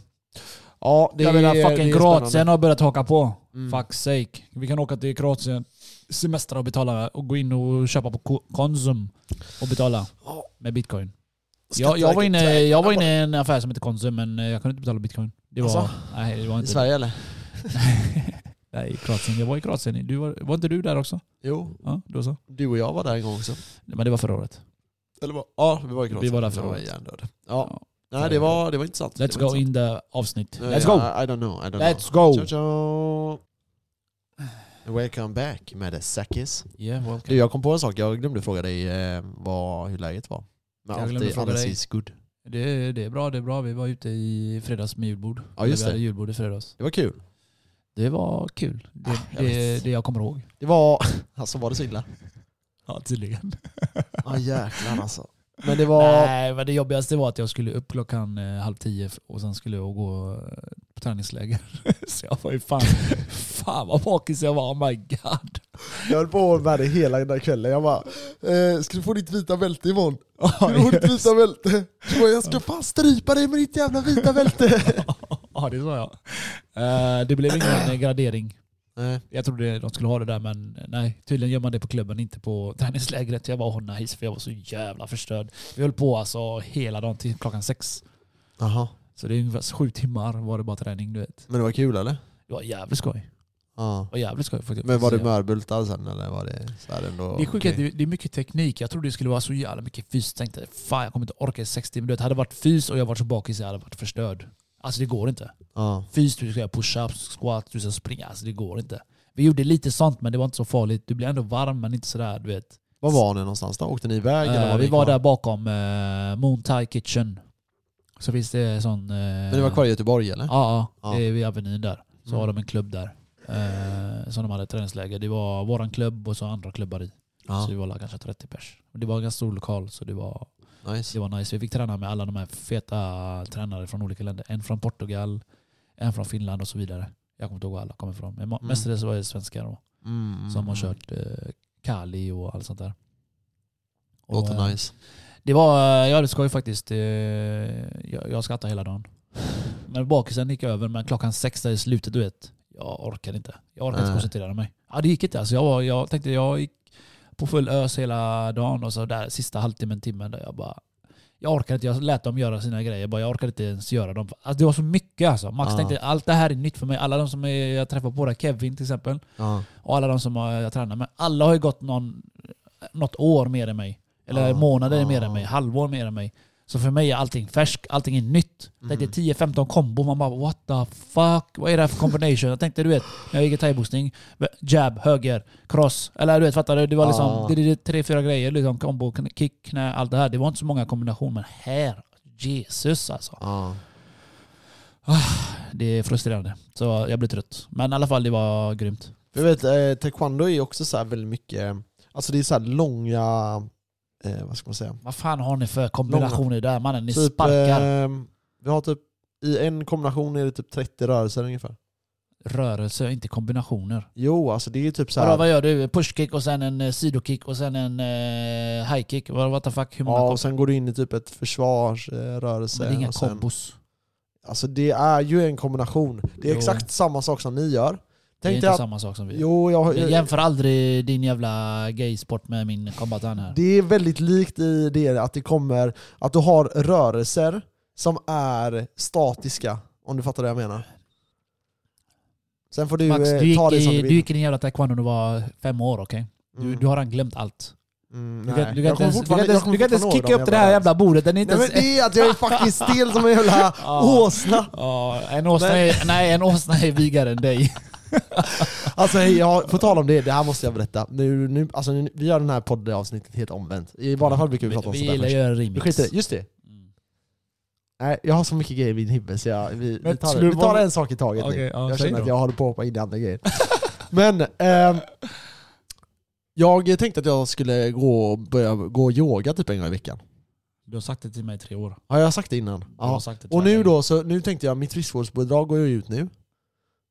Ja, det
jag menar
är,
fucking
det är spännande.
Kroatien har börjat haka på.
Mm.
Fuck sake. Vi kan åka till Kroatien, semestra och betala och gå in och köpa på Ko- Konsum och betala
Ja.
med bitcoin. Jag, jag, var inne, jag var inne i en affär som hette Konsum men eh, jag kunde inte betala bitcoin. Det var,
Alltså?
nej, det var
I
inte
Sverige eller?
Nej, i Kroatien. Jag var i Kroatien. Du var, var inte du där också?
Jo,
Ja, då så.
du och jag var där en gång också.
Men det var förra året.
Eller vad? Ja, vi var i Kroatien.
Vi var där
Jag
förra
var
året.
hjärndöd. Ja. Nej, det var, det var intressant. Det
Let's
var
go in the avsnitt.
intressant.
Let's
Ja,
go!
I, I don't know. I don't
Let's
know.
go!
Ciao, ciao. Welcome back med Sakis.
Yeah,
Du,
welcome.
jag kom på en sak. Jag glömde fråga dig eh, vad, hur läget var. Men
Jag
allt
glömde
är-
fråga
alles
dig.
is good.
Det, det är bra, det är bra. Vi var ute i fredags med julbord.
Ja, just
Vi hade
det.
julbord i fredags.
Det var kul.
Det var kul. Det,
Ah, jag
det,
vet.
det jag kommer ihåg.
Det var... Alltså var det så illa?
Ja, tydligen.
Ja jäklar alltså. Men det var...
Nej, men det jobbigaste var att jag skulle upp klockan eh, halv tio f- och sen skulle jag gå eh, på träningsläger. så jag var ju fan, fan vad bakis jag var. Oh my god.
Jag höll på med det hela den där kvällen. Jag bara, eh, ska du få ditt vita bälte imorgon?
Ja,
Du får ditt vita bälte. Du bara, jag ska fan strypa dig med ditt jävla vita bälte.
ja, det sa jag. Eh, det blev ingen gradering.
Nej.
Jag trodde de skulle ha det där men eh, nej, tydligen gör man det på klubben, inte på träningslägret. Jag var oh, nice för jag var så jävla förstörd. Vi höll på alltså hela dagen till klockan sex.
Jaha.
Så det är ungefär sju timmar var det bara träning du vet.
Men det var kul eller?
Det var jävligt skoj.
Ja.
Det var jävligt skoj faktiskt.
Men var det
Så-
mörbultad sen eller var det så här ändå?
Det är sjukt att
okej?
det, det är mycket teknik. Jag trodde det skulle vara så jävla mycket fys. Jag tänkte fan jag kommer inte orka i 60 minuter. Hade det varit fys och jag varit så bakis jag hade varit förstörd. Alltså det går inte.
Ja.
Fys, du ska göra push-ups, squat, du ska springa. Alltså det går inte. Vi gjorde lite sånt men det var inte så farligt. Du blir ändå varm men inte sådär du vet.
Var var ni någonstans då? Åkte ni iväg? eller
Eh,
var
vi
ni
var
kvar?
där bakom uh, Moon Thai Kitchen. Så finns det sån... eh,
Men ni var kvar i Göteborg eller?
Ja, ja.
Ja.
Det är vid Avenyn där. Så
Mm.
har de en klubb där. eh, som de hade träningsläger. Det var våran klubb och så andra klubbar i.
Ja.
Så vi var där kanske 30 pers. Och Det var en ganska stor lokal så det var, det
Nice.
var nice. Vi fick träna med alla de här feta tränare från olika länder. En från Portugal, en från Finland och så vidare. Jag kommer inte ihåg var alla kommer ifrån. Men ma-
Mm.
mestadels var det svenskar då,
Mm.
som har kört eh, Kali och allt sånt där. Och, eh,
Låter nice.
det var, jag hade skoj faktiskt. Eh, Jag, jag skrattade hela dagen. Men bakisen gick över, men klockan sex där i slutet, du vet. Jag orkade inte. Jag orkade inte
Nej.
koncentrera mig. Ja, det gick inte. Alltså jag, var, jag tänkte jag gick på full ös hela dagen och så där sista halvtimmen, timmen där jag bara... Jag orkar inte, jag lät dem göra sina grejer. Bara, jag orkar inte ens göra dem. Alltså, det var så mycket alltså. Max
Ja.
tänkte allt det här är nytt för mig. Alla de som är, jag träffar på, där, Kevin till exempel,
Ja.
och alla de som har- jag tränar med. Alla har ju gått någon, något år mer än mig. Eller
Ja.
månader mer
Ja.
än mig, halvår mer än mig. Så för mig är allting färskt, allting är nytt. Jag
Mm.
tänkte 10-15 kombo, man bara what the fuck, vad är det här för combination? Jag tänkte du vet, när jag gick i thaiboxning, jab, höger, cross. Eller du vet, fattar du? Det var liksom
Ja.
det, det, det, tre, fyra grejer. Liksom, kombo, kn- kick, knä, allt det här. Det var inte så många kombinationer, men här, Jesus alltså.
Ja.
Det är frustrerande. Så jag blir trött. Men i alla fall, det var grymt.
Jag vet, eh, taekwondo är ju också så här väldigt mycket, alltså det är så här långa, eh, vad ska man säga?
Vad fan har ni för kombinationer där mannen? Ni sparkar
eh, vi har typ, i en kombination är det typ 30 rörelser ungefär.
rörelser, inte kombinationer.
Jo, alltså det är ju typ så
Vadå,
här.
vad gör du? Pushkick och sen en eh, sidokick och sen en eh, highkick? Vad- What the fuck? Hur många
Ja,
kom-
och sen går du in i typ ett försvarsrörelse.
Men det är inga
och sen-
kombos.
Alltså det är ju en kombination. Det är
Jo.
exakt samma sak som ni gör.
Det är
Tänk
inte
dig att,
samma sak som vi gör.
jo, eh, jag,
Men Jämför aldrig din jävla gaysport med min kombatan här.
det är väldigt likt i det att det kommer, att du har rörelser som är statiska. Om du fattar vad jag menar. Sen får du,
Max,
eh,
du gick,
ta det som
i,
du
du
vill.
gick i din jävla taekwondo när du var fem år, okej? Du,
Mm.
du har redan glömt allt.
Mm,
Du kan,
nej.
du kan
Jag
inte
kommer
ens, du kan
fortfarande-
inte ens,
jag
du kan
kommer
inte ens
fortfarande
kicka
ihåg
upp det
dem,
där
jag
jävla bordet. Den är inte
Nej, men
ens...
det är att jag är fucking stel som en jävla
Ja.
åsna.
Ja, en åsna är, nej, en åsna är vigare än dig.
Alltså hej, jag, på tal om det, det här måste jag berätta. Nu, nu, alltså, nu, vi gör den här poddavsnittet helt omvänt. I vanliga fall brukar vi
Vi,
prata om sånt
vi
där
gillar att
först.
göra
Vi
remix.
skiter i det. Just det.
Mm.
Nej, jag har så mycket grejer i min huvud så jag, vi, vi,
Men
tar,
skulle
vi tar
vara-
en sak i taget nu.
Okej, ja,
Jag
säg
känner att
då.
jag håller på att hoppa in i andra grejer. Men, ehm, jag tänkte att jag skulle gå och börja gå och yoga typ en gång i veckan.
Du har sagt det till mig i tre år.
Har jag sagt det innan?
Du har
Ja.
sagt det till
Och
mig
nu
länge.
då, så nu tänkte jag mitt friskvårdsbidrag går ju ut nu.
Har du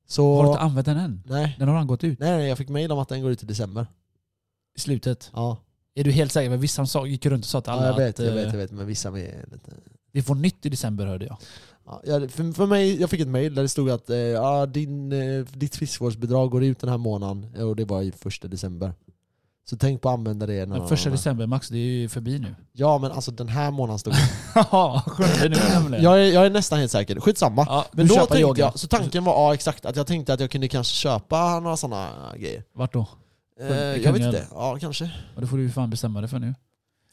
Så...
inte använt den än?
Nej.
Den har redan gått ut.
Nej, nej, jag fick mejl om att den går ut i december.
I slutet.
Ja,
Är du helt säker? Men vissa sa, gick runt och sa till alla
ja jag, vet,
att
jag vet,
eh,
jag vet, men vissa är lite...
vi får nytt i december hörde jag.
Ja, jag, för, för mig, jag fick ett mail där det stod att eh, ja, din, eh, ditt friskvårdsbidrag går ut den här månaden eh, och det var i första december. Så tänk på att använda det.
Men
någon
första
annan.
december Max, det är ju förbi nu.
Ja men alltså den här månaden stod det.
Jaha, sjunde nu nämligen.
jag, är, jag är nästan helt säker, skitsamma.
Ja,
men
du
då
köper
tänkte
yoga.
jag, så tanken var ja, exakt, att jag tänkte att jag kunde kanske köpa några sådana grejer.
Vart då?
Eh,
Kan-
jag
kan
vet
jag-
inte, ja kanske.
Ja, Det får du ju fan bestämma dig för nu.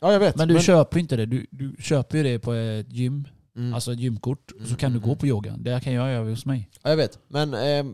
Ja jag vet.
Men du köper ju inte det. Du, du köper ju det på ett gym,
mm.
alltså ett gymkort. Och så
Mm,
kan du
mm,
gå på yoga. Det kan jag göra hos mig.
Ja, jag vet. Men eh,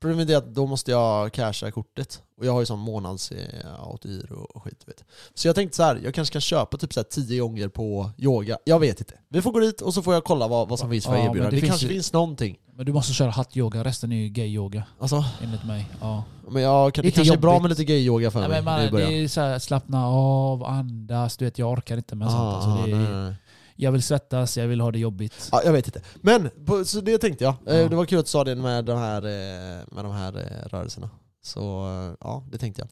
problemet är att då måste jag casha kortet. Och jag har ju sån månads eh, autogiro och skit. Vet. Så jag tänkte så här, jag kanske kan köpa typ så här tio gånger på yoga. Jag vet inte. Vi får gå dit och så får jag kolla vad, vad som finns för
Ja, men
erbjudanden.
det
Det,
finns
kanske
ju-
finns någonting.
Men du måste köra hatt-yoga, resten är ju gay-yoga
Alltså,
enligt mig. Ja.
men jag, kan- det
Lite
kanske är bra
jobbigt.
med lite gay-yoga för
Nej,
mig
men man,
nu i början.
det är så här, slappna av, andas, du vet jag orkar inte med sånt.
Ah,
Alltså, det
nej,
är,
nej, nej.
jag vill svettas, jag vill ha det jobbigt.
Ja, jag vet inte. Men, på, så det tänkte jag. Eh,
Ja.
Det var kul att du sa det med de här, eh, med de här eh, rörelserna. Så eh, ja, det tänkte jag.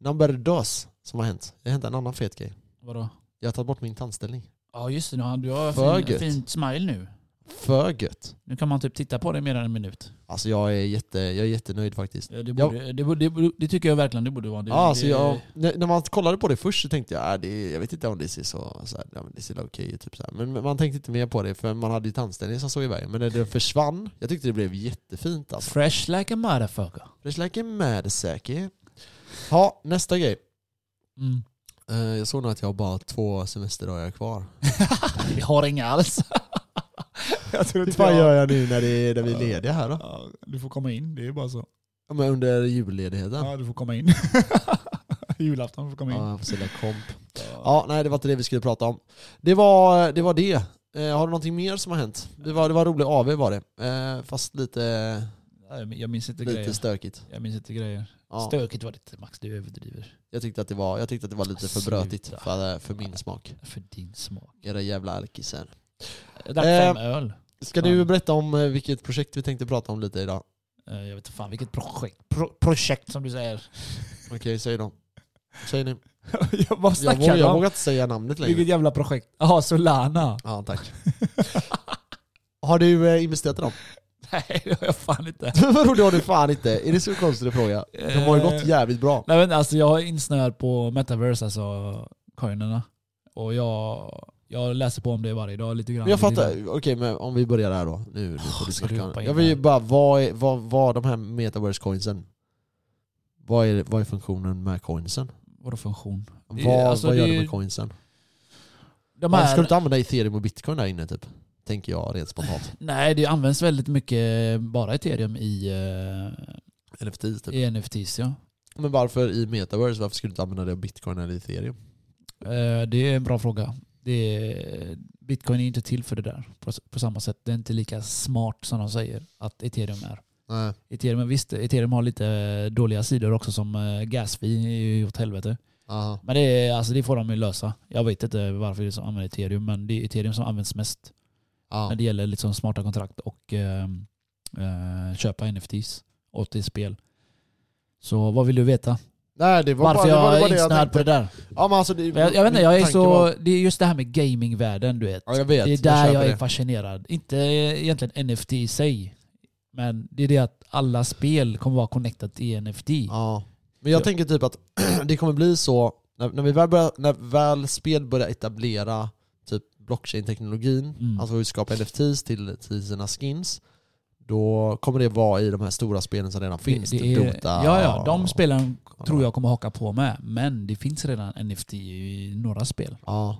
Number dos som har hänt. Det har hänt en annan fet grej.
Vadå?
Jag har tagit bort min tandställning.
Ja just det, nu har- du har
För
fin,
gött.
fint smile nu.
För gött.
Nu kan man typ titta på det i mer än en minut.
Alltså jag är, jätte, jag är jättenöjd faktiskt.
Ja, Det, borde, det, borde, det, borde, det tycker jag verkligen det borde vara. Det,
Ja, alltså
det,
jag, när när man kollade på det först så tänkte jag, äh, det, jag vet inte om det ser så, så här, ja, men det ser okej ut. Typ så här. men men man tänkte inte mer på det för man hade ju tandställning som såg i vägen. Men när det försvann, jag tyckte det blev jättefint alltså.
Fresh like a motherfucker.
Fresh like a madsäker. Ja, nästa grej.
Mm.
Eh, jag såg nog att jag har bara två semesterdagar kvar.
Vi har inga alls. jag tror
Hur
jag-
fan Typ gör jag nu när, det, är- när vi är lediga här då?
Ja, du får komma in, det är bara så.
Ja, Men under julledigheten.
Ja, du får komma in. Julafton får komma in.
Ja, jag får sälja komp.
Ja.
Ja, nej det var inte det vi skulle prata om. Det var det. Var det. Eh, har du någonting mer som har hänt? Det var, det var rolig AV var det. Eh, fast lite,
Nej, men Jag minns inte
lite
grejer.
stökigt.
Jag minns inte grejer.
Ja,
Stökigt var det inte Max, du överdriver.
jag, tyckte att det var, jag tyckte att det var lite för brötigt
Sluta.
för, för min smak.
För din smak.
Era jävla alkisar.
Jag drack
Eh.
fem öl.
Ska du berätta om eh, vilket projekt vi tänkte prata om lite idag?
Eh, Jag vet inte fan vilket projekt, pro, projekt som du säger.
Okej, säg då. Säg nu.
jag bara
Jag, vågar, jag vågar inte säga namnet längre.
Vilket jävla projekt? Jaha, Solana?
Ja, tack. Har du eh, investerat i dem?
Nej, det har jag fan inte.
Vadå, det har du fan inte? Är det så konstigt att fråga? De har ju gått
Eh.
jävligt bra.
Nej men alltså jag är insnöad på metaverse, alltså coinerna. Och jag, Jag läser på om det varje dag lite grann.
Men jag fattar, okej men om vi börjar där då. Nu, nu får du
ska du
snacka.
hoppa in
Jag vill ju
här?
bara, vad är, vad, vad de här metaverse coinsen? Vad är, vad är funktionen med coinsen?
Vadå funktion? Det-
Vad,
alltså,
vad gör
det-
du med coinsen?
De
Varför ska du
här,
inte använda ethereum och bitcoin där inne typ? Tänker jag rent spontant.
nej, det används väldigt mycket bara ethereum i, eh,
NFT typ.
i NFTs. Ja.
Men varför i metaverse, varför skulle du inte använda det av bitcoin eller ethereum?
Eh, Det är en bra fråga. Det är, Bitcoin är inte till för det där på, på samma sätt. Det är inte lika smart som de säger att ethereum är.
Nej.
Ethereum, visst, ethereum har lite eh, dåliga sidor också som eh, gas fee är ju åt helvete.
Aha.
Men det, är, alltså, det får de ju lösa. Jag vet inte varför det är som använder ethereum men det är ethereum som används mest
Ja.
när det gäller liksom smarta kontrakt och eh, eh, köpa NFTs åt det spel. Så vad vill du veta?
Nej det var
Varför
bara, det
jag
var bara
är
det jag
insnöad på
tänkte.
det där?
Ja, men alltså, det,
Men Jag, jag vet inte,
min
jag är
tanke
så...
var-
Det är just det här med gamingvärlden, du vet.
Ja, jag vet.
Det är där
köper
jag är
det.
fascinerad. Inte eh, egentligen NFT i sig. Men det är det att alla spel kommer vara connectat i NFT.
Ja. Men jag
Ja.
tänker typ att det kommer bli så, när, när, vi väl börjar, när väl spel börjar etablera typ blockchain-teknologin,
Mm.
alltså hur vi skapar NFTs till, till sina skins, då kommer det vara i de här stora spelen som redan finns.
Det- det
typ
är-
Dota
Ja, ja. De
och-
spelen tror jag kommer haka på med. Men det finns redan NFT i några spel.
Ja.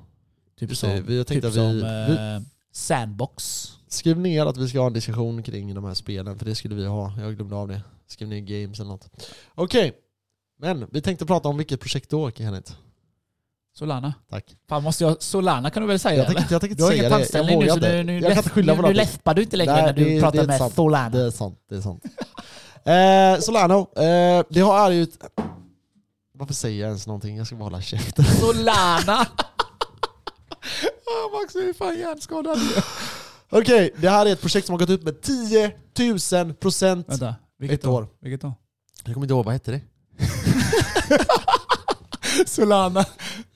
Typ
Just
som,
det, vi- jag
typ
tänkte att
som
vi-
eh, Sandbox.
Skriv ner att vi ska ha en diskussion kring de här spelen, för det skulle vi ha. Jag glömde av det. Skriv ner games eller något. Okej, men vi tänkte prata om vilket projekt då, Kenneth?
Solana.
Tack.
Fan, måste jag... Solana kan du väl säga
Jag
eller?
tänker jag tänker
Du
inte
har ingen
säga det. Jag
tandställning nu
vågar
så
inte.
nu, nu,
Jag kan inte skylla på
nu, nu
någonting.
läspar du inte längre
Nej,
när du
det-
pratar
det är
med
sant.
Solana.
Det är sant, det är sant. eh, Solano, eh, det har ju... ett- Varför säger jag ens någonting? Jag ska bara hålla käften.
Solana!
Ah, Max är fan hjärnskadad. Okej, det här är ett projekt som har gått upp med 10 000 procent.
Vänta,
Ett år.
Vilket år?
Jag kommer inte ihåg, vad hette det?
Solana.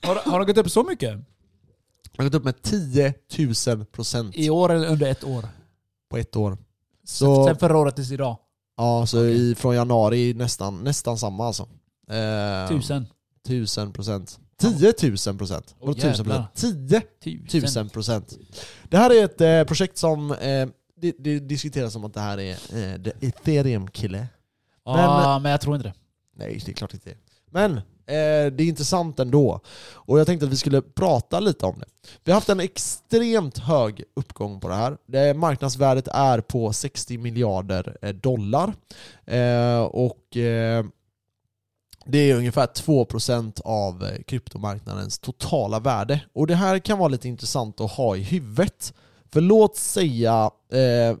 Har, har de gått upp så mycket?
Det har gått upp med 10 000 procent
I år eller under ett år?
på ett år. Så,
Sen förra året tills idag?
ja, så i, från januari nästan, nästan samma alltså. Eh,
Tusen?
1000 procent. 10 000 procent.
Åh,
Vadå 1000
jävlar.
procent? 10
Tusen?
Tusen procent. Det här är ett eh, projekt som eh, det, det diskuteras som att det här är eh, the ethereum kille.
Ja, men jag tror inte det.
Nej, det är klart inte det. Men eh, det är intressant ändå. Och jag tänkte att vi skulle prata lite om det. Vi har haft en extremt hög uppgång på det här. Det, marknadsvärdet är på 60 miljarder eh, dollar. Eh, och eh, det är ungefär 2% av eh, kryptomarknadens totala värde. Och det här kan vara lite intressant att ha i huvudet. För låt säga eh,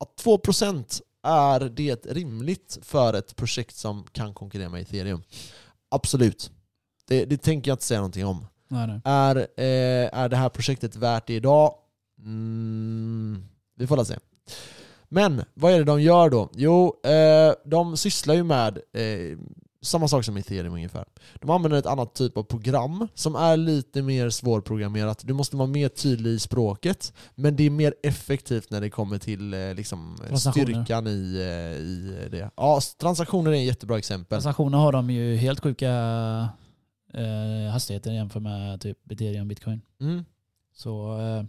att 2% är det rimligt för ett projekt som kan konkurrera med ethereum? Absolut. Det, det tänker jag inte säga någonting om.
Nej, nej.
Är, eh, är det här projektet värt det idag? Mm, vi får väl se. Men vad är det de gör då? Jo, eh, de sysslar ju med eh, samma sak som ethereum ungefär. De använder ett annat typ av program som är lite mer svårprogrammerat. Du måste vara mer tydlig i språket, men det är mer effektivt när det kommer till eh, liksom,
Transaktioner.
styrkan i, eh, i det. Ja, transaktioner är ett jättebra exempel.
Transaktioner har de ju helt sjuka eh, hastigheter jämfört med typ ethereum och bitcoin.
Mm.
Så eh,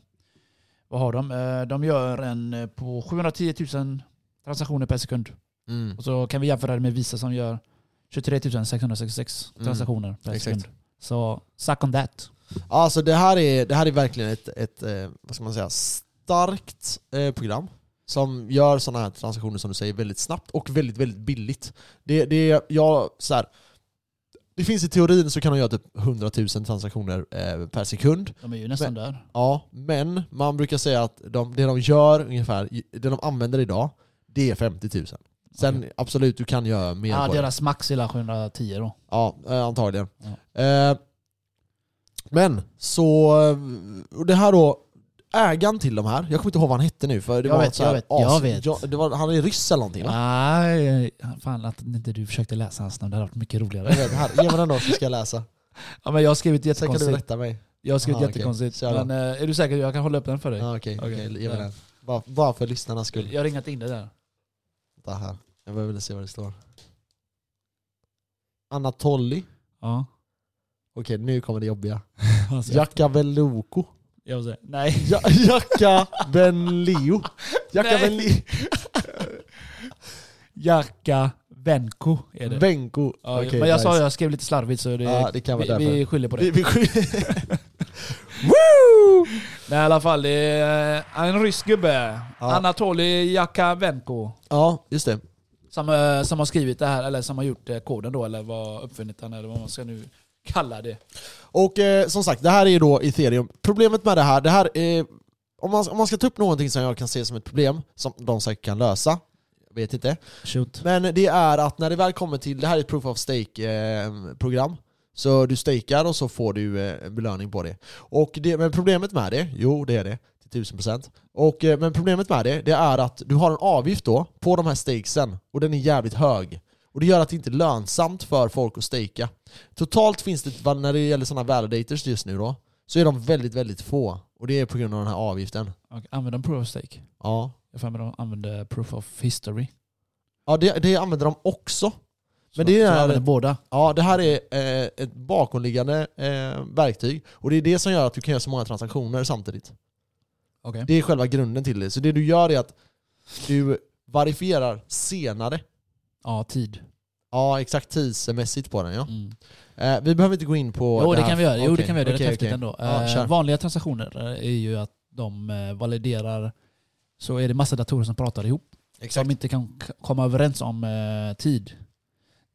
vad har de? Eh, de gör en eh, på 710 000 transaktioner per sekund.
Mm.
Och så kan vi jämföra det med Visa som gör 23 666 transaktioner per
Mm. Exakt.
sekund. Så suck on that.
Alltså det här är, det här är verkligen ett, ett eh, vad ska man säga, starkt eh, program som gör sådana här transaktioner som du säger väldigt snabbt och väldigt, väldigt billigt. Det, det, jag, så här, det finns i teorin så kan de göra typ 100 000 transaktioner eh, per sekund.
De är ju nästan där.
Ja, men man brukar säga att de, det de gör ungefär, det de använder idag, det är 50 000. Sen absolut, du kan göra mer
Ja,
på det.
deras max är la 710 då.
Ja, eh, antagligen. Eh, men så, eh, och det här då, ägaren till de här, jag kommer inte ihåg vad han hette nu för det
Jag
var
vet,
så här,
jag vet, jag
as-
vet.
det var, han är ryss eller någonting va?
Nej, fan att inte du försökte läsa hans namn. Det hade varit mycket roligare.
Jag vet, här, ge mig den då så ska jag läsa.
Ja, men jag har skrivit
Sen kan du
jättekonstigt.
rätta mig.
Jag har skrivit
Aha, okej.
jättekonstigt.
Kör då.
Men eh, är du säker? Jag kan hålla upp den för dig.
Ja, Okej,
Okej,
okej, ge mig
ja.
den. Bara, bara för lyssnarnas skull.
Jag har ringat in det där.
Vänta här. Jag bara ville se vad det står. Anatoly
Ja.
Okej, nu kommer det jobbiga.
Alltså,
Jackaveloko.
Jag säger nej.
Ja, Jacka Benlio. Jacka
Nej.
Benli-
Jacka Venko är det.
Benko.
ja,
Okej,
men jag sa
nice.
jag skrev lite slarvigt så det,
Ja, det kan vara
vi, vi skyller på det.
Vi- vi skil-
Nej, i alla fall, det är eh, en rysk gubbe.
Ja.
Anatolij Jakavenko.
Ja, just det.
Som, eh, som har skrivit det här, eller som har gjort eh, koden då, eller vad uppfunnit han, eller vad man ska nu kalla det.
Och eh, som sagt, det här är ju då ethereum. Problemet med det här, det här är, om, man, om man ska ta upp någonting som jag kan se som ett problem, som de säkert kan lösa, jag vet inte.
Shoot.
Men det är att när det väl kommer till, det här är ett proof of stake-program, så du stakar och så får du eh, en belöning på det. Och det. Men problemet med det, jo det är det, till 1000%. Och, eh, men problemet med det, det är att du har en avgift då på de här stakesen och den är jävligt hög. Och det gör att det inte är lönsamt för folk att staka. Totalt finns det, vad- när det gäller sådana validators just nu då, så är de väldigt, väldigt få. Och det är på grund av den här avgiften.
använder de proof of stake?
Ja,
Jag får med de använder proof of history.
ja det, det använder de också. Men det
så,
är-
så de använder båda.
Ja, det här är eh, ett bakomliggande eh, verktyg och det är det som gör att du kan göra så många transaktioner samtidigt.
Okej.
Det är själva grunden till det. Så det du gör är att du verifierar senare.
Ja, tid.
Ja, exakt tidsmässigt på den ja.
Mm.
Eh, vi behöver inte gå in på
Jo, det
här.
kan vi göra. Jo, det
Okej,
kan vi göra. Det är
okej,
rätt häftigt
okej.
ändå.
Ja,
Eh,
kör.
vanliga transaktioner är ju att de eh, validerar så är det massa datorer som pratar ihop. som
Exakt.
inte kan k- komma överens om eh, tid.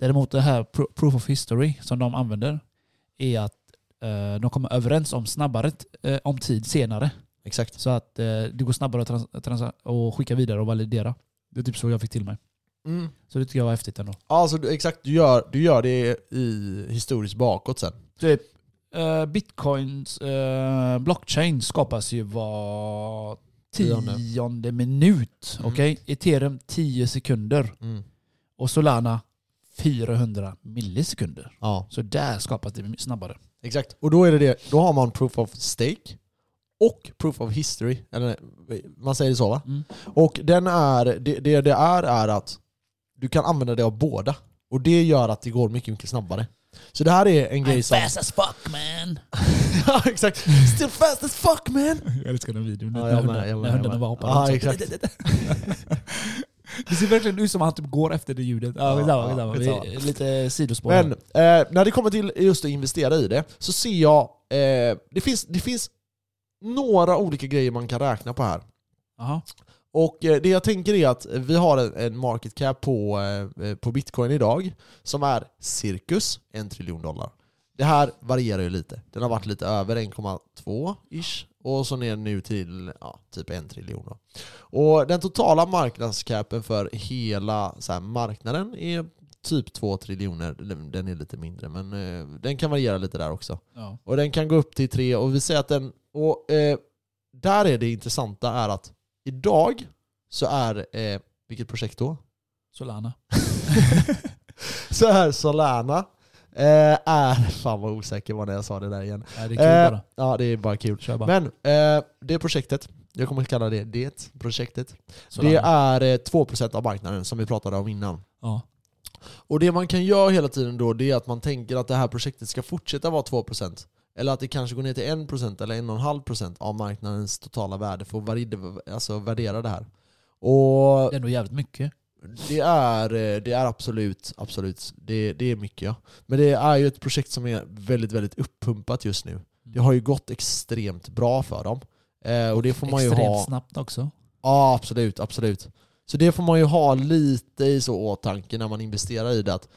Däremot det här pro- proof of history som de använder är att eh, de kommer överens om snabbare t- eh, om tid senare.
exakt.
Så att eh, det går snabbare att trans- transa- och skicka vidare och validera. Det är typ så jag fick till mig.
Mm.
Så det tycker jag var häftigt ändå.
Alltså, du, exakt, du gör, du gör det i historiskt bakåt sen.
Typ eh, bitcoins eh, blockchain skapas ju var
Tionde.
tionde minut.
Mm.
Okej? Ethereum 10 sekunder
Mm.
och Solana 400 millisekunder.
Ja,
Så där skapas det mycket snabbare.
exakt. Och då är det det. Då har man proof of stake och proof of history. Eller, man säger så va? Och den är, det, det det är är att du kan använda dig av båda. Och det gör att det går mycket, mycket snabbare. Så det här är en grej som...
as fuck man!
ja, exakt. Still fast as fuck man!
Jag älskar den videon.
Ja,
när
jag med,
hunden-
jag
när
med, jag
hundarna
med.
bara hoppar
Ja,
runt så.
exakt.
Det ser verkligen ut som att han typ går efter det ljudet. Ja,
Ja,
skitsamma,
ja,
skitsamma. Vi,
skitsamma.
lite sidospår.
Men eh, när det kommer till just att investera i det, så ser jag... Eh, det, finns, det finns några olika grejer man kan räkna på här.
Jaha.
Och eh, det jag tänker är att vi har en- en market cap på, eh, eh, på bitcoin idag som är cirkus en triljon dollar. Det här varierar ju lite. Den har varit lite över 1,2-ish och så ner nu till ja, typ en triljon. Då. Och den totala marknadscapen för hela så här, marknaden är typ 2 triljoner. Den är lite mindre men eh, den kan variera lite där också.
Ja.
Och den kan gå upp till tre och vi säger att den... Och eh, där är det intressanta är att idag så är... Eh, vilket projekt då?
Solana.
Så är Solana eh, är... Fan vad osäker var när jag sa det där igen.
Ja, det är kul
Eh,
bara.
ja, det är bara kul.
Kör bara.
Men eh, det projektet, jag kommer att kalla det det projektet.
Solana.
Det är eh, 2% av marknaden som vi pratade om innan.
Ja.
Och det man kan göra hela tiden då det är att man tänker att det här projektet ska fortsätta vara 2% eller att det kanske går ner till 1% eller 1,5% av marknadens totala värde för att varid- alltså värdera det här. Och
Det är ändå jävligt mycket.
det är, eh, det är absolut, absolut, det, det är mycket ja. Men det är ju ett projekt som är väldigt, väldigt uppumpat just nu. Det har ju gått extremt bra för dem. Eh, och det får man ju
Extremt
ha...
snabbt också.
Ja, absolut, absolut. Så det får man ju ha lite i så åtanke när man investerar i det. Att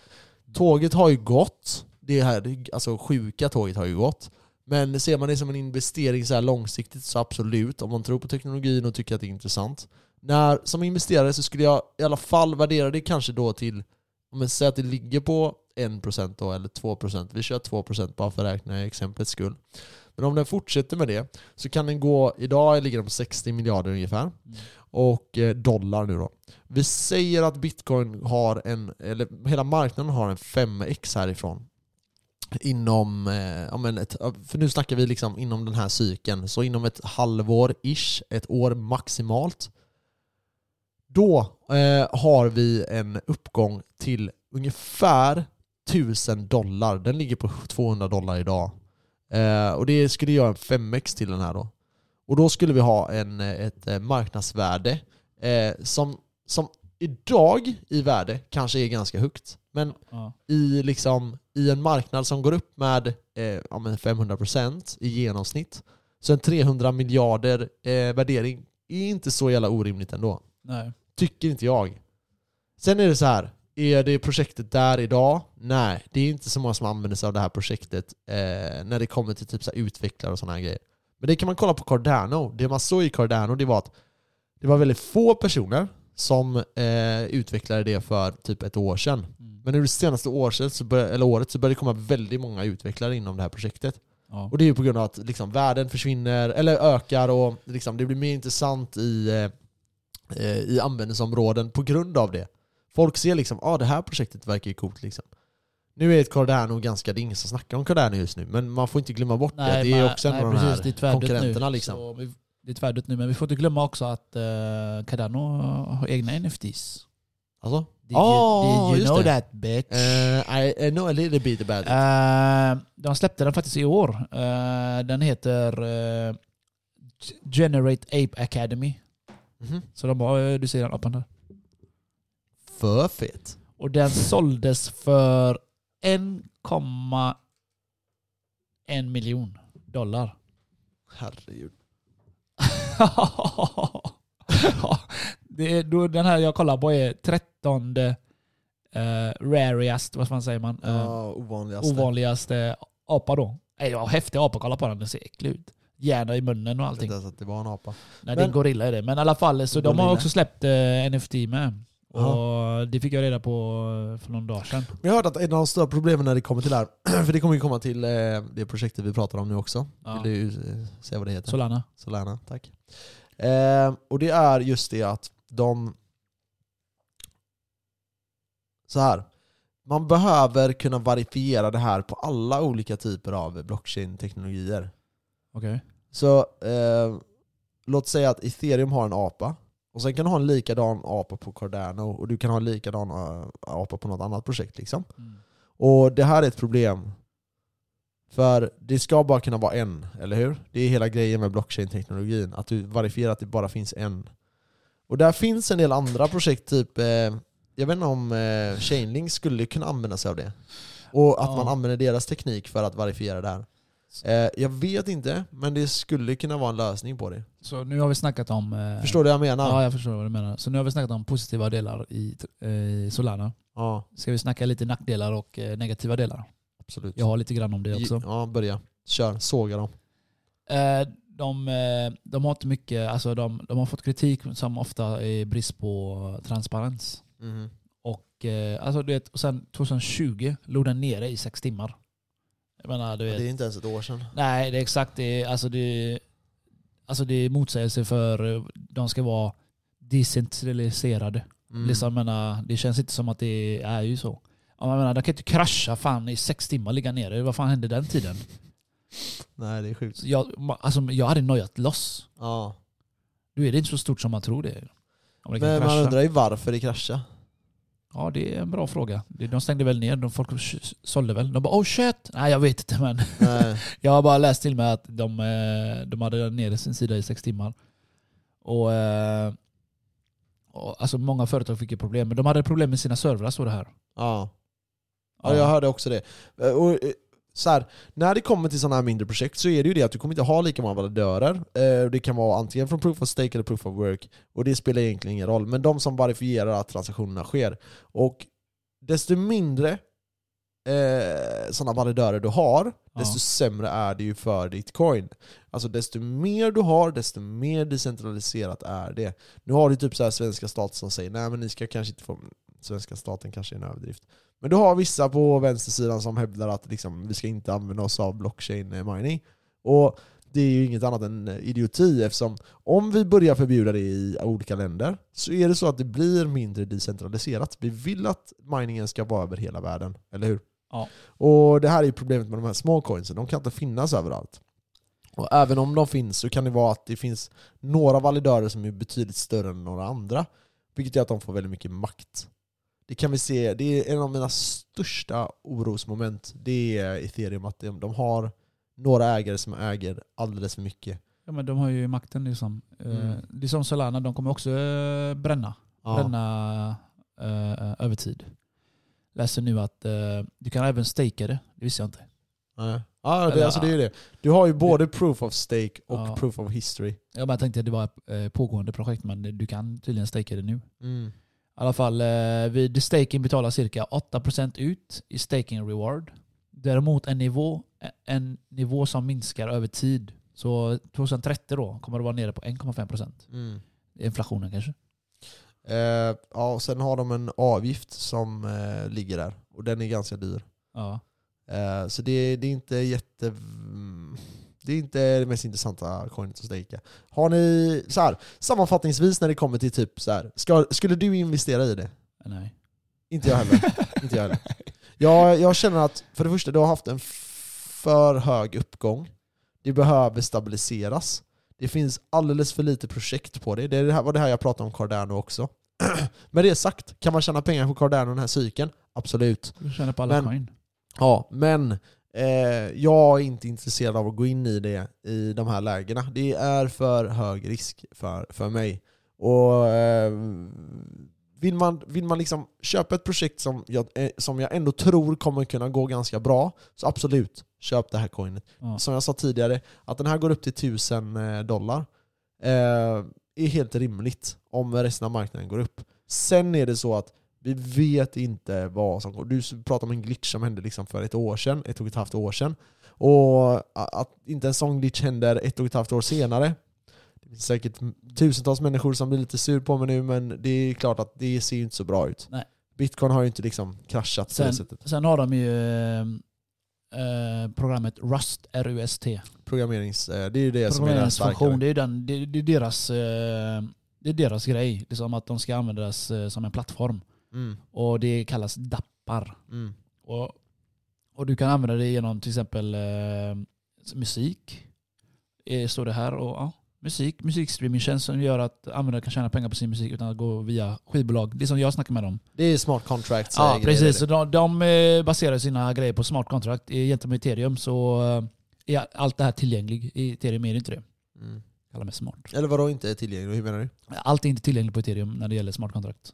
tåget har ju gått, det här alltså sjuka tåget har ju gått. Men ser man det som en investering så här långsiktigt så absolut, om man tror på teknologin och tycker att det är intressant. När, som investerare så skulle jag i alla fall värdera det kanske då till, om man säger att det ligger på 1% då, eller 2%, vi kör 2% bara för att räkna i exemplets skull. Men om den fortsätter med det så kan den gå, idag ligger den på 60 miljarder ungefär och eh, dollar nu då. Vi säger att bitcoin har en, eller hela marknaden har en 5x härifrån. Inom, eh, ja men ett, för nu snackar vi liksom inom den här cykeln, så inom ett halvår-ish, ett år maximalt. Då eh, har vi en uppgång till ungefär 1000 dollar. Den ligger på 200 dollar idag. Eh, och det skulle göra en 5x till den här då. Och då skulle vi ha en, eh, ett eh, marknadsvärde eh, som, som idag i värde kanske är ganska högt. Men
Ja.
i, liksom, i en marknad som går upp med eh, ja, men 500% i genomsnitt. Så en 300 miljarder eh, värdering är inte så jävla orimligt ändå.
Nej.
Tycker inte jag. Sen är det så här. Är det projektet där idag? Nej, det är inte så många som använder sig av det här projektet eh, när det kommer till typ så här utvecklare och sådana här grejer. Men det kan man kolla på Cardano. Det man såg i Cardano det var att det var väldigt få personer som eh, utvecklade det för typ ett år sedan. Men nu det senaste året så, bör, eller året så börjar det komma väldigt många utvecklare inom det här projektet.
Ja.
Och det är ju på grund av att liksom, världen försvinner, eller ökar och liksom, det blir mer intressant i, eh, eh, i användningsområden på grund av det. Folk ser liksom, ah, det här projektet verkar ju coolt liksom. Nu är ett Cardano ganska, det är ingen som snackar om Cardano just nu, men man får inte glömma bort det. Det är
men-
också en
nej,
av de
precis, det är
här
tvärdött
konkurrenterna
nu,
liksom.
Så vi, det är tvärdött nu, men vi får inte glömma också att eh, Cardano har egna NFTs.
Alltså?
Did you,
Ah,
did you
just
know
det.
that bitch?
Eh, I, I know a little bit about it.
Eh, de släppte den faktiskt i år. Eh, den heter eh, G- Generate Ape Academy.
Mhm.
Så de har, eh, du ser den appen där.
För fett.
Och den såldes för 1,1 miljon dollar.
Herregud.
Ja, det är, då, den här jag kollar på är 13 eh, rariest, vad fan säger man? Eh,
Ja, ovanligaste.
ovanligaste apa då. Nej, det var en häftig apa, kolla på den, den ser äcklig ut. Hjärna i munnen och
Jag vet
allting.
inte ens att det var en apa.
Nej, det är
Men-
en gorilla är det. Men i alla fall, så de har
Gorilla.
också släppt eh, NFT med. Och
Ja.
Det fick jag reda på eh, för någon dag sedan.
Jag har hört att ett av de stora problemen när det kommer till det här, för det kommer ju komma till eh, det projektet vi pratar om nu också.
Ja.
Vill du eh, säga vad det heter?
Solana.
Solana, tack. Eh, och det är just det att de... Så här. Man behöver kunna verifiera det här på alla olika typer av blockchain-teknologier.
Okej.
Så eh, låt säga att ethereum har en apa. Och sen kan du ha en likadan apa på Cardano och du kan ha en likadan eh, apa på något annat projekt. liksom.
Mm.
Och det här är ett problem. För det ska bara kunna vara en, eller hur? Det är hela grejen med blockchain-teknologin. Att du verifierar att det bara finns en. Och där finns en del andra projekt, typ eh, jag vet inte om eh, Chainlink skulle kunna använda sig av det. Och att
Ja.
man använder deras teknik för att verifiera det här. Eh, jag vet inte, men det skulle kunna vara en lösning på det.
Så nu har vi snackat om... eh,
Förstår du vad jag menar?
Ja, jag förstår vad du menar. Så nu har vi snackat om positiva delar i eh, Solana.
Ja,
Ska vi snacka lite nackdelar och eh, negativa delar?
absolut.
Jag har lite grann om det också.
Ja, börja. Kör, såga dem.
Eh, de, eh, de har inte mycket, alltså de, de har fått kritik som ofta är brist på transparens.
Mhm.
Och, eh, alltså, du vet, och sen 2020 låg den nere i sex timmar. Jag menar, du
Det
vet,
är inte ens ett år sedan.
Nej, det är exakt det. är- Alltså det, alltså det är motsägelse för eh, de ska vara decentraliserade.
Mm.
Liksom, jag menar, det känns inte som att det är ju så. Ja, men Jag menar, de kan inte krascha fan i sex timmar och ligga nere. Vad fan hände den tiden?
Mm. Nej, det är sjukt.
Så Jag, ma- alltså, jag hade nojat loss.
Ja.
Du är det inte så stort som man tror det är. Om det kan
Men man
krascha.
undrar ju varför det kraschade.
Ja, det är en bra fråga. Det- De stängde väl ner, de folk s- sålde väl. De bara oh shit! Nej jag vet inte men.
Nej.
Jag har bara läst till mig att de, eh, de hade nere sin sida i sex timmar. Och, eh, och alltså många företag fick ju problem, men de hade problem med sina servrar såg det här.
Ja. ja, jag hörde också det. Eh, Och, eh, så här, när det kommer till sådana här mindre projekt så är det ju det att du kommer inte ha lika många validatörer. Eh, Det kan vara antingen från proof of stake eller proof of work. Och det spelar egentligen ingen roll. Men de som verifierar att transaktionerna sker. Och desto mindre eh, sådana validörer du har,
Ja.
desto sämre är det ju för ditt coin. Alltså desto mer du har, desto mer decentraliserat är det. Nu har du typ så här svenska staten som säger nej men ni ska kanske inte få... Svenska staten kanske är en överdrift. Men du har vissa på vänstersidan som hävdar att liksom, vi ska inte använda oss av blockchain eh, mining. Och det är ju inget annat än eh, idioti eftersom om vi börjar förbjuda det i olika länder så är det så att det blir mindre decentraliserat. Vi vill att miningen ska vara över hela världen, eller hur?
Ja.
Och det här är ju problemet med de här små coinsen, de kan inte finnas överallt. Och även om de finns så kan det vara att det finns några validörer som är betydligt större än några andra. Vilket gör att de får väldigt mycket makt. Det kan vi se, det är en av mina största orosmoment. Det är ethereum, att de, de har några ägare som äger alldeles för mycket.
Ja, men de har ju makten liksom. Mm.
Mm.
Eh, det är som Solana, de kommer också eh, bränna.
Ja.
bränna eh, över tid. Läser nu att eh, du kan även stejka det. Det visste jag inte.
Nej. Ja, det,
Eller-
alltså det är ju det. Du har ju både proof of stake och
Ja.
proof of history.
Ja, men jag tänkte att det var ett eh, pågående projekt men du kan tydligen stejka det nu. I alla fall, eh, vid staking betalar cirka 8% ut i staking reward. Däremot en nivå, eh, en nivå som minskar över tid. Så 2030 då kommer det vara nere på 1,5%.
Mm.
Inflationen kanske.
Eh, ja, och sen har de en avgift som eh, ligger där och den är ganska dyr.
Ja.
Eh, så det, det är inte jätte... mm, Det är inte det mest intressanta coinet att stejka. Har ni, så här, sammanfattningsvis när det kommer till typ så här, ska, skulle du investera i det?
Nej.
Inte jag heller. inte jag, heller. Jag, jag känner att, för det första, du har haft en f- för hög uppgång. Det behöver stabiliseras. Det finns alldeles för lite projekt på det. Det är det här- var det här jag pratade om Cardano också. Med det sagt, kan man tjäna pengar på Cardano den här cykeln? Absolut.
Du känner på alla
Men-
coin.
Ja, men eh, jag är inte intresserad av att gå in i det i de här lägena. Det är för hög risk för, för mig. Och eh, vill, man, vill man liksom köpa ett projekt som jag, eh, som jag ändå tror kommer kunna gå ganska bra, så absolut, köp det här coinet.
Ja.
Som jag sa tidigare, att den här går upp till 1000 eh, dollar eh, är helt rimligt om resten av marknaden går upp. Sen är det så att vi vet inte vad som går. Du pratade om en glitch som hände liksom för ett år sedan, ett och ett halvt år sedan. Och a- att inte en sån glitch händer ett och ett halvt år senare. Det finns säkert m- tusentals människor som blir lite sur på mig nu, men det är klart att det ser ju inte så bra ut.
Nej.
Bitcoin har ju inte liksom kraschat på det
Sen,
sättet.
sen har de ju eh, eh, programmet Rust, R-U-S-T.
Programmerings... eh, Det är ju det som är den
Programmeringsfunktion,
starkare.
det är, ju den, det, det, är deras, eh, det är deras grej. Liksom att de ska användas eh, som en plattform.
Mm,
Och det kallas dappar.
mm,
Och, och du kan använda det genom till exempel eh, musik. Eh, står det här. Och, ja, musik, musikstreamingtjänst som gör att användare kan tjäna pengar på sin musik utan att gå via skivbolag. Det är som jag snackar med dem.
Det är smart contracts.
Ja,
eh, grejer,
precis.
det.
Så de, de eh, baserar sina grejer på smart contract. Eh, Gentemot ethereum så eh, är allt det här tillgängligt. I ethereum är det inte det.
Mm.
Kallar mig smart.
Eller vadå inte är tillgängligt? Hur menar du?
Allt är inte tillgängligt på ethereum när det gäller smart kontrakt.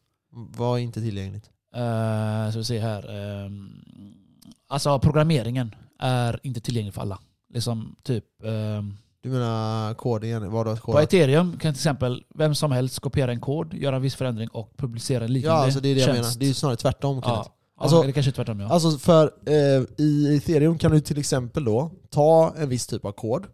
Vad är inte tillgängligt?
Eh, så vi ser här. ehm, alltså programmeringen är inte tillgänglig för alla. Liksom typ ehm,
Du menar koden? Vad har
På
koden?
ethereum kan till exempel vem som helst kopiera en kod, göra en viss förändring och publicera en
Ja,
liknande
alltså det är det jag
tjänst.
menar. Det är ju snarare tvärtom.
ja.
Ja.
alltså,
Alltså-
det kanske är tvärtom ja.
Alltså för eh, i ethereum kan du till exempel då ta en viss typ av kod,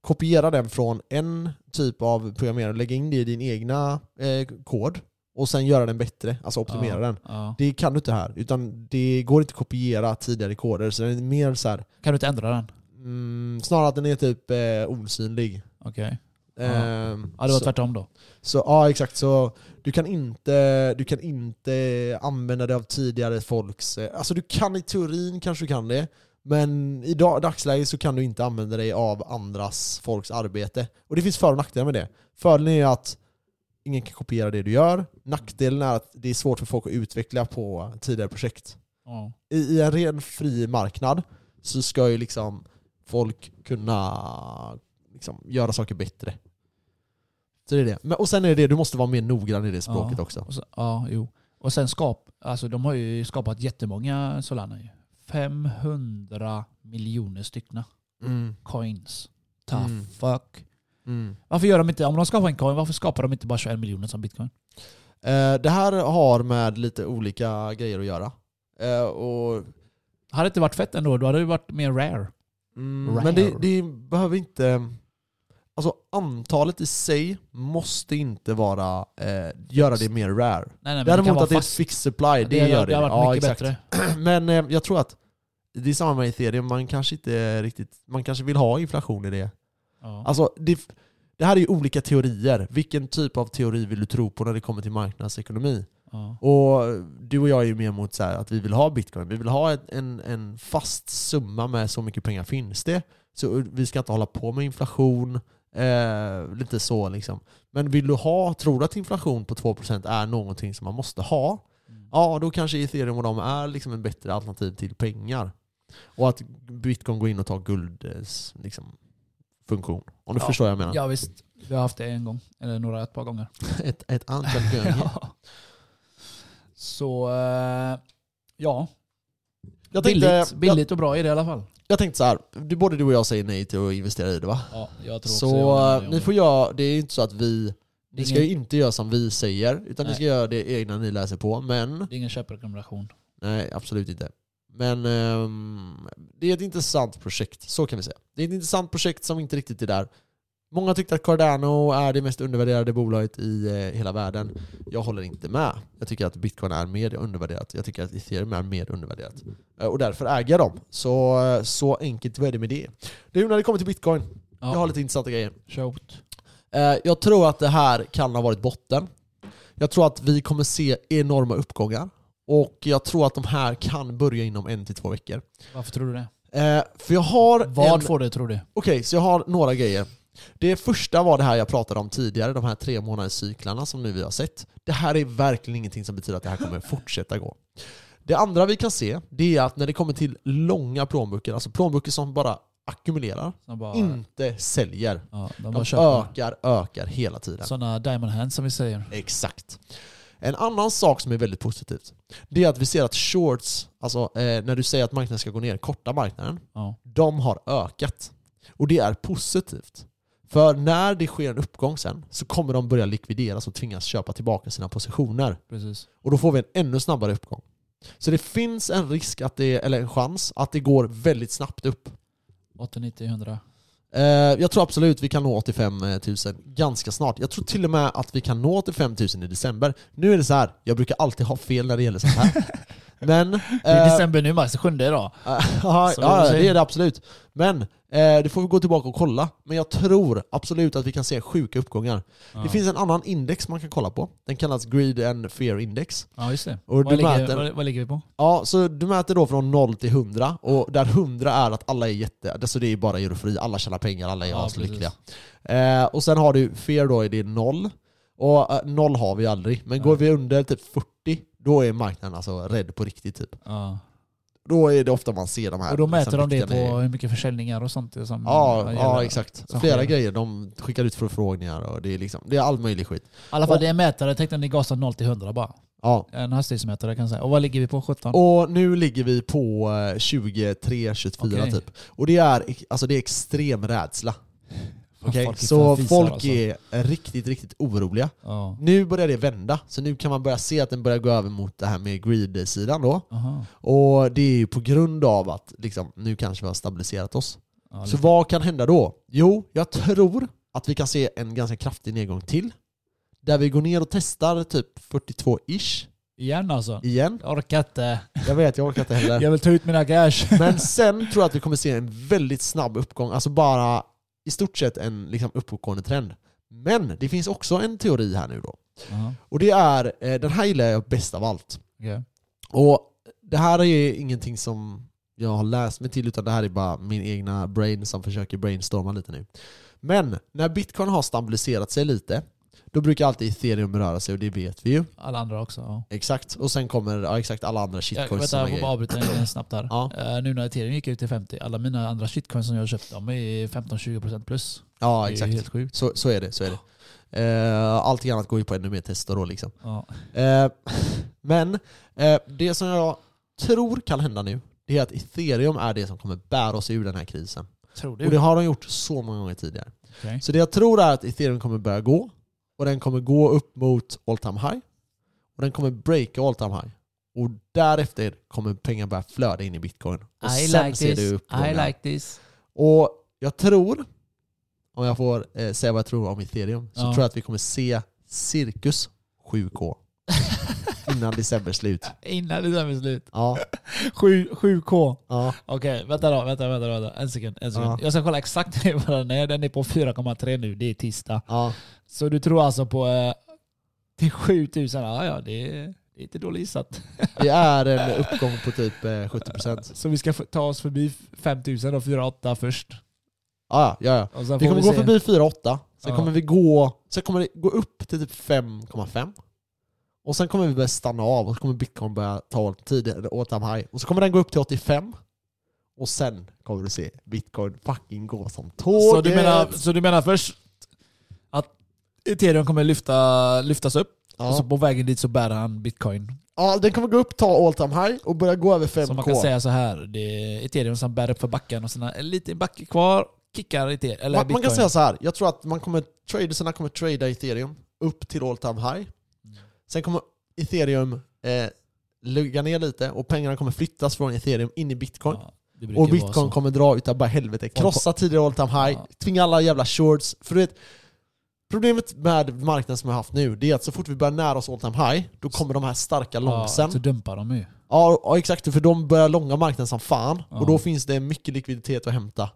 kopiera den från en typ av programmerare, lägga in det i din egna eh, kod och sen göra den bättre, alltså optimera
ja.
den.
Ja.
Det kan du inte här, utan det går inte att kopiera tidigare koder, så den är mer så här,
Kan du inte ändra den?
mm, snarare att den är typ eh, osynlig.
Okej. Ja.
Ehm,
Ja, det var
så-
tvärtom då.
Så ja, exakt. Så du kan inte, du kan inte använda dig av tidigare folks... eh, Alltså du kan i teorin kanske du kan det, men i dag, dagsläget så kan du inte använda dig av andras folks arbete. Och det finns för och nackdelar med det. Fördelen är att ingen kan kopiera det du gör. Nackdelen är att det är svårt för folk att utveckla på tidigare projekt.
Ja.
I, i en ren fri marknad så ska ju liksom folk kunna liksom göra saker bättre. Så det är det. Men, och sen är det det, du måste vara mer noggrann i det språket
Ja.
också.
Och så, ja, jo. Och sen skap, alltså de har ju skapat jättemånga Solana ju. 500 miljoner stycken
Mm.
coins. Ta
Mm.
fuck.
Mm.
Varför gör de inte, om de skapar en coin, varför skapar de inte bara 21 miljoner som bitcoin?
Eh, det här har med lite olika grejer att göra. Eh, och,
Hade det inte varit fett ändå, då hade det varit mer rare.
mm,
Rare.
men det, det behöver inte... Alltså antalet i sig måste inte vara, eh, göra det mer rare.
Nej, nej, men det kan
Däremot
vara
att det är
fast.
fixed supply, det,
hade-
gör det.
det hade varit
Ja,
mycket
exakt.
bättre.
Men eh, jag tror att det är samma med ethereum, man kanske inte riktigt, man kanske vill ha inflation i det.
Ja.
Alltså det, det här är ju olika teorier. Vilken typ av teori vill du tro på när det kommer till marknadsekonomi?
ja.
Och du och jag är ju mer mot så här att vi vill ha bitcoin. Vi vill ha ett, en, en fast summa med så mycket pengar finns det. Så vi ska inte hålla på med inflation. Eh, lite så liksom. Men vill du ha, tror du att inflation på 2% är någonting som man måste ha?
Mm.
ja då kanske ethereum och de är liksom en bättre alternativ till pengar. Och att bitcoin går in och tar guld eh, s- liksom, funktion. Om du
Ja.
förstår vad jag menar.
Ja visst, vi har haft det en gång. Eller några, ett par gånger.
Ett, ett antal gånger.
Ja. Så, eh, ja.
Jag tänkte,
billigt,
jag,
billigt och bra är det i alla fall.
jag tänkte så här, du, både du och jag säger nej till att investera i det va?
Ja, jag tror också
Så
jag
eh, ni får göra, det är ju inte så att vi, ni ska ju
Ingen-
inte göra som vi säger, utan ni
Nej.
ska göra det egna ni läser på, men
Det är ingen köprekommendation.
Nej, absolut inte. Men ehm, det är ett intressant projekt, så kan vi säga. Det är ett intressant projekt som inte riktigt är där. Många tyckte att Cardano är det mest undervärderade bolaget i eh, hela världen. Jag håller inte med. Jag tycker att bitcoin är mer undervärderat. Jag tycker att ethereum är mer undervärderat. Eh, och därför äger jag dem. Så, eh, så enkelt var det med det. Nu när det kommer till bitcoin,
Ja,
jag har lite intressanta grejer.
shout.
Eh, Jag tror att det här kan ha varit botten. Jag tror att vi kommer se enorma uppgångar. Och jag tror att de här kan börja inom en till två veckor.
Varför tror du det?
Eh, För jag har... en-
Vad får det tror du?
Okej, så jag har några grejer. Det första var det här jag pratade om tidigare, de här tre månaders cyklarna som nu vi har sett. Det här är verkligen ingenting som betyder att det här kommer fortsätta gå. Det andra vi kan se, det är att när det kommer till långa plånböcker, alltså plånböcker som bara ackumulerar,
Som bara,
inte säljer.
ja, de bara
De
köper
ökar, ökar hela tiden.
sådana diamond hands som vi säger.
Exakt. En annan sak som är väldigt positivt, det är att vi ser att shorts, alltså eh, när du säger att marknaden ska gå ner, korta marknaden,
Ja.
de har ökat. Och det är positivt. För när det sker en uppgång sen så kommer de börja likvideras och tvingas köpa tillbaka sina positioner.
Precis.
Och då får vi en ännu snabbare uppgång. Så det finns en risk, att det, eller en chans, att det går väldigt snabbt upp.
80, 90, 100.
Eh, Jag tror absolut vi kan nå 85 000 ganska snart. Jag tror till och med att vi kan nå 85 000 i december. Nu är det så här, jag brukar alltid ha fel när det gäller sånt här. Men...
Det är
eh,
december nu Max, sjunde idag.
ja, ja,
Så
ja,
det är-
det är det absolut. Men eh, det får vi gå tillbaka och kolla. Men jag tror absolut att vi kan se sjuka uppgångar. Det
Ja.
finns en annan index man kan kolla på. Den kallas Greed and Fear Index.
Ja just det.
Och
vad,
du
ligger,
mäter-
vad, vad ligger vi på?
Ja, så du mäter då från 0 till 100 och där 100 är att alla är jätte... Alltså det är bara eufori, alla tjänar pengar, alla är
Ja,
aslyckliga. Eh, och sen har du fear då, är det 0. Och eh, 0 har vi aldrig, men går vi under typ 40 då är marknaden alltså rädd på riktigt typ.
Ja.
Då är det ofta man ser de här...
Och då mäter
liksom
de det på
riktiga grejer.
hur mycket försäljningar och sånt som
Ja,
gäller.
ja, exakt.
som
Flera
sker.
grejer. De skickar ut förfrågningar och det är liksom... Det är all möjlig skit.
I alla fall det är en mätare, tänk när ni gasar 0 till 100 bara.
Ja.
En hastighetsmätare kan jag säga. Och vad ligger vi på? 17?
Och nu ligger vi på 23-24
Okej.
typ. Och det är, alltså det är extrem rädsla.
Fan,
Okej,
folk är
Så
fan fisar,
folk
alltså.
är riktigt, riktigt oroliga.
Ja.
Nu börjar det vända, så nu kan man börja se att den börjar gå över mot det här med greed-sidan då.
Aha.
Och det är ju på grund av att liksom, nu kanske vi har stabiliserat oss.
Ja,
Så
lite-
vad kan hända då? Jo, jag tror att vi kan se en ganska kraftig nedgång till. Där vi går ner och testar typ 42-ish
igen alltså.
igen.
Jag orkar inte.
Jag vet, jag orkar inte heller.
Jag vill ta ut mina cash.
Men sen tror jag att vi kommer se en väldigt snabb uppgång, alltså bara i stort sett en liksom, uppåtgående trend. Men det finns också en teori här nu då.
Aha,
Och det är, eh, den här gillar jag bäst av allt.
okej.
Och det här är ingenting som jag har läst mig till utan det här är bara min egna brain som försöker brainstorma lite nu. Men när bitcoin har stabiliserat sig lite, då brukar alltid ethereum röra sig och det vet vi ju.
Alla andra också. Ja.
Exakt. Och sen kommer ja, exakt alla andra
Jag,
shitcoins. och
vänta,
såna
jag får bara
grejer.
avbryta en grej snabbt här.
Ja.
Eh, nu när ethereum gick ut till 50, alla mina andra shitcoins som jag köpt, de är 15-20% plus.
Ja,
det är ju
exakt.
helt sjukt.
Så, så är det. Så är det. Eh, allting annat går ju på ännu mer tester då liksom.
Ja.
Eh, men eh, det som jag tror kan hända nu, det är att ethereum är det som kommer bära oss ur den här krisen.
Tror
Och det
du?
har de gjort så många gånger tidigare.
Okej.
Så det jag tror är att ethereum kommer börja gå, och den kommer gå upp mot all time high, och den kommer breaka all time high. Och därefter kommer pengar börja flöda in i bitcoin. Och
I
sen
like
ser
this.
du
I
uppgångar.
like this.
Och jag tror, om jag får eh, säga vad jag tror om ethereum, så
Ja.
tror jag att vi kommer se cirkus 7K innan december slut.
Innan det där med slut.
Ja,
7, 7K.
ja.
Okej, vänta då. Vänta, vänta, vänta. En sekund. En sekund.
Ja.
Jag ska kolla exakt vad den är. Den är på 4,3 nu. Det är tisdag.
ja.
Så du tror alltså på eh, till 7000? Ja, ja, det är, det är inte dåligt gissat.
Det är en uppgång på typ eh, 70%.
Så vi ska f- ta oss förbi 5000 och 48 först.
Ja, ja, ja.
Och sen
Vi
får
kommer gå
se.
förbi 4,8. Sen
Ja.
kommer vi gå Sen kommer det gå upp till typ 5,5. Och sen kommer vi börja stanna av och så kommer bitcoin börja ta tidigare åt time high. Och så kommer den gå upp till 85. Och sen kommer du se bitcoin fucking gå som tåget.
Så du, menar, så du menar först att ethereum kommer lyfta, lyftas upp och så
ja.
på vägen dit så bär han bitcoin.
ja, den kommer gå upp, ta all time high och börja gå över 5k.
Så man kan säga så här, det är ethereum som bär upp för backen och sen är en liten backe kvar, kickar ethereum, eller
man,
bitcoin.
man kan säga så här. jag tror att man kommer, tradersarna kommer trada ethereum upp till all time high.
Mm.
Sen kommer ethereum eh, ligga ner lite och pengarna kommer flyttas från ethereum in i bitcoin.
Ja, det brukar
Och
vara
bitcoin
så.
kommer dra utav bara helvete. Krossa tidigare all time high,
Ja.
tvinga alla jävla shorts. För du vet, problemet med marknaden som vi har haft nu, det är att så fort vi börjar nära oss all time high, då kommer de här starka
Ja, så
långsen.
dumpar de ju.
Ja, ja exakt. För de börjar långa marknaden som fan.
Ja.
Och då finns det mycket likviditet att hämta.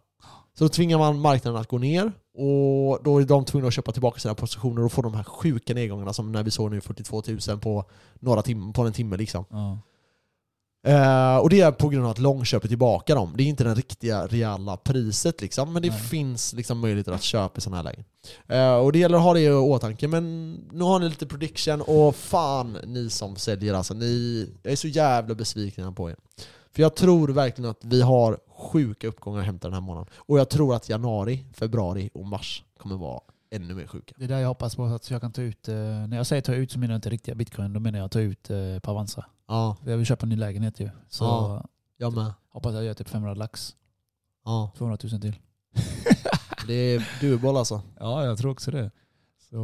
Så då tvingar man marknaden att gå ner och då är de tvungna att köpa tillbaka sina positioner och få de här sjuka nedgångarna som när vi såg nu 42 000 på, några tim- på en timme liksom.
Ja.
Eh, och det är på grund av att Lång köper tillbaka dem. Det är inte det riktiga reala priset liksom, men det
Nej.
finns liksom möjligheter att köpa i sådana här lägen. Eh, och det gäller att ha det i åtanke, men nu har ni lite prediction och fan ni som säljer alltså. Ni, jag är så jävla besviken på er. För jag tror verkligen att vi har sjuka uppgångar att hämta den här månaden. Och jag tror att januari, februari och mars kommer vara ännu mer sjuka.
Det är där jag hoppas på att jag kan ta ut, eh, när jag säger ta ut så menar jag inte riktiga bitcoin, då menar jag ta ut eh, på Avanza.
Ja,
Jag vill köpa en ny lägenhet ju. Så
Ja. jag med.
hoppas jag gör typ 500 lax.
Ja,
200 000 till.
det är dubbel alltså.
Ja, jag tror också det. Så,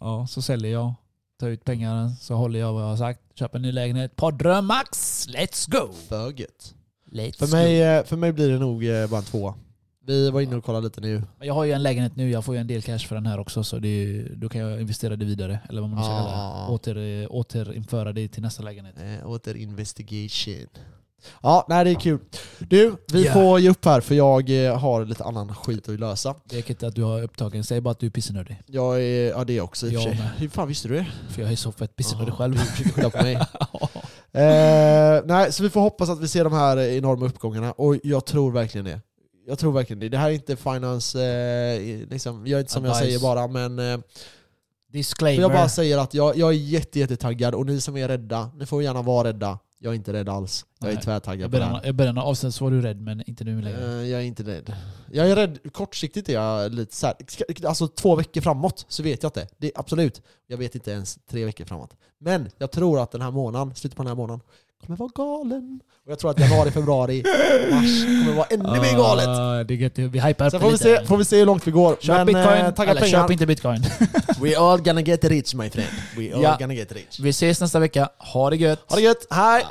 ja, så säljer jag, tar ut pengarna, så håller jag vad jag har sagt. Köper en ny lägenhet. Poddröm Max! Let's go!
För gött.
Let's
För mig, eh, för mig blir det nog eh, bara en tvåa. Vi var inne och kollade lite nu.
go. Jag har ju en lägenhet nu, jag får ju en del cash för den här också. Så det är, ju- då kan jag investera det vidare. Eller vad man nu ska
Ja.
kalla det. Åter, eh, återinföra det till nästa lägenhet.
Eh, åter investigation. Ja, nej det är kul. Du, vi
Yeah.
får ge upp här för jag eh, har lite annan skit att lösa.
Det är inte att du har upptagen, säg bara att du är pissnödig.
Jag är, ja det är jag också i och för
Jag
sig.
med.
Hur fan visste du det?
För jag är så fett pissnödig
Ja,
själv.
Du försöker skylla på mig. eh, nej, så vi får hoppas att vi ser de här enorma uppgångarna och jag tror verkligen det. Jag tror verkligen det. Det här är inte finance, eh, liksom, jag är inte som jag
Advice.
säger bara, men eh,
Disclaimer.
För jag bara säger att jag, jag är jätte, jättetaggad och ni som är rädda, ni får gärna vara rädda. Jag är inte rädd alls. Jag är
Nej. I
tvärtaggad på det
början,
här.
I början av avsnittet så var du rädd, men inte nu längre.
Eh, Jag är inte rädd. Jag är rädd, kortsiktigt är jag lite så här, ska- alltså två veckor framåt så vet jag inte. Det är absolut. Jag vet inte ens tre veckor framåt. Men jag tror att den här månaden, slutet på den här månaden, kommer vara galen. Och jag tror att januari, februari, mars kommer vara ännu mer galet.
Ah, det är gött. Vi hypar upp
Sen
det
får vi,
lite.
se, får vi se hur långt vi går.
Köp
Men eh,
bitcoin,
tagga
eller köp
pengar.
inte bitcoin.
We all gonna get rich my friend. We all
Ja.
gonna get rich.
Vi ses nästa vecka. Ha det gött.
Ha det gött, hej!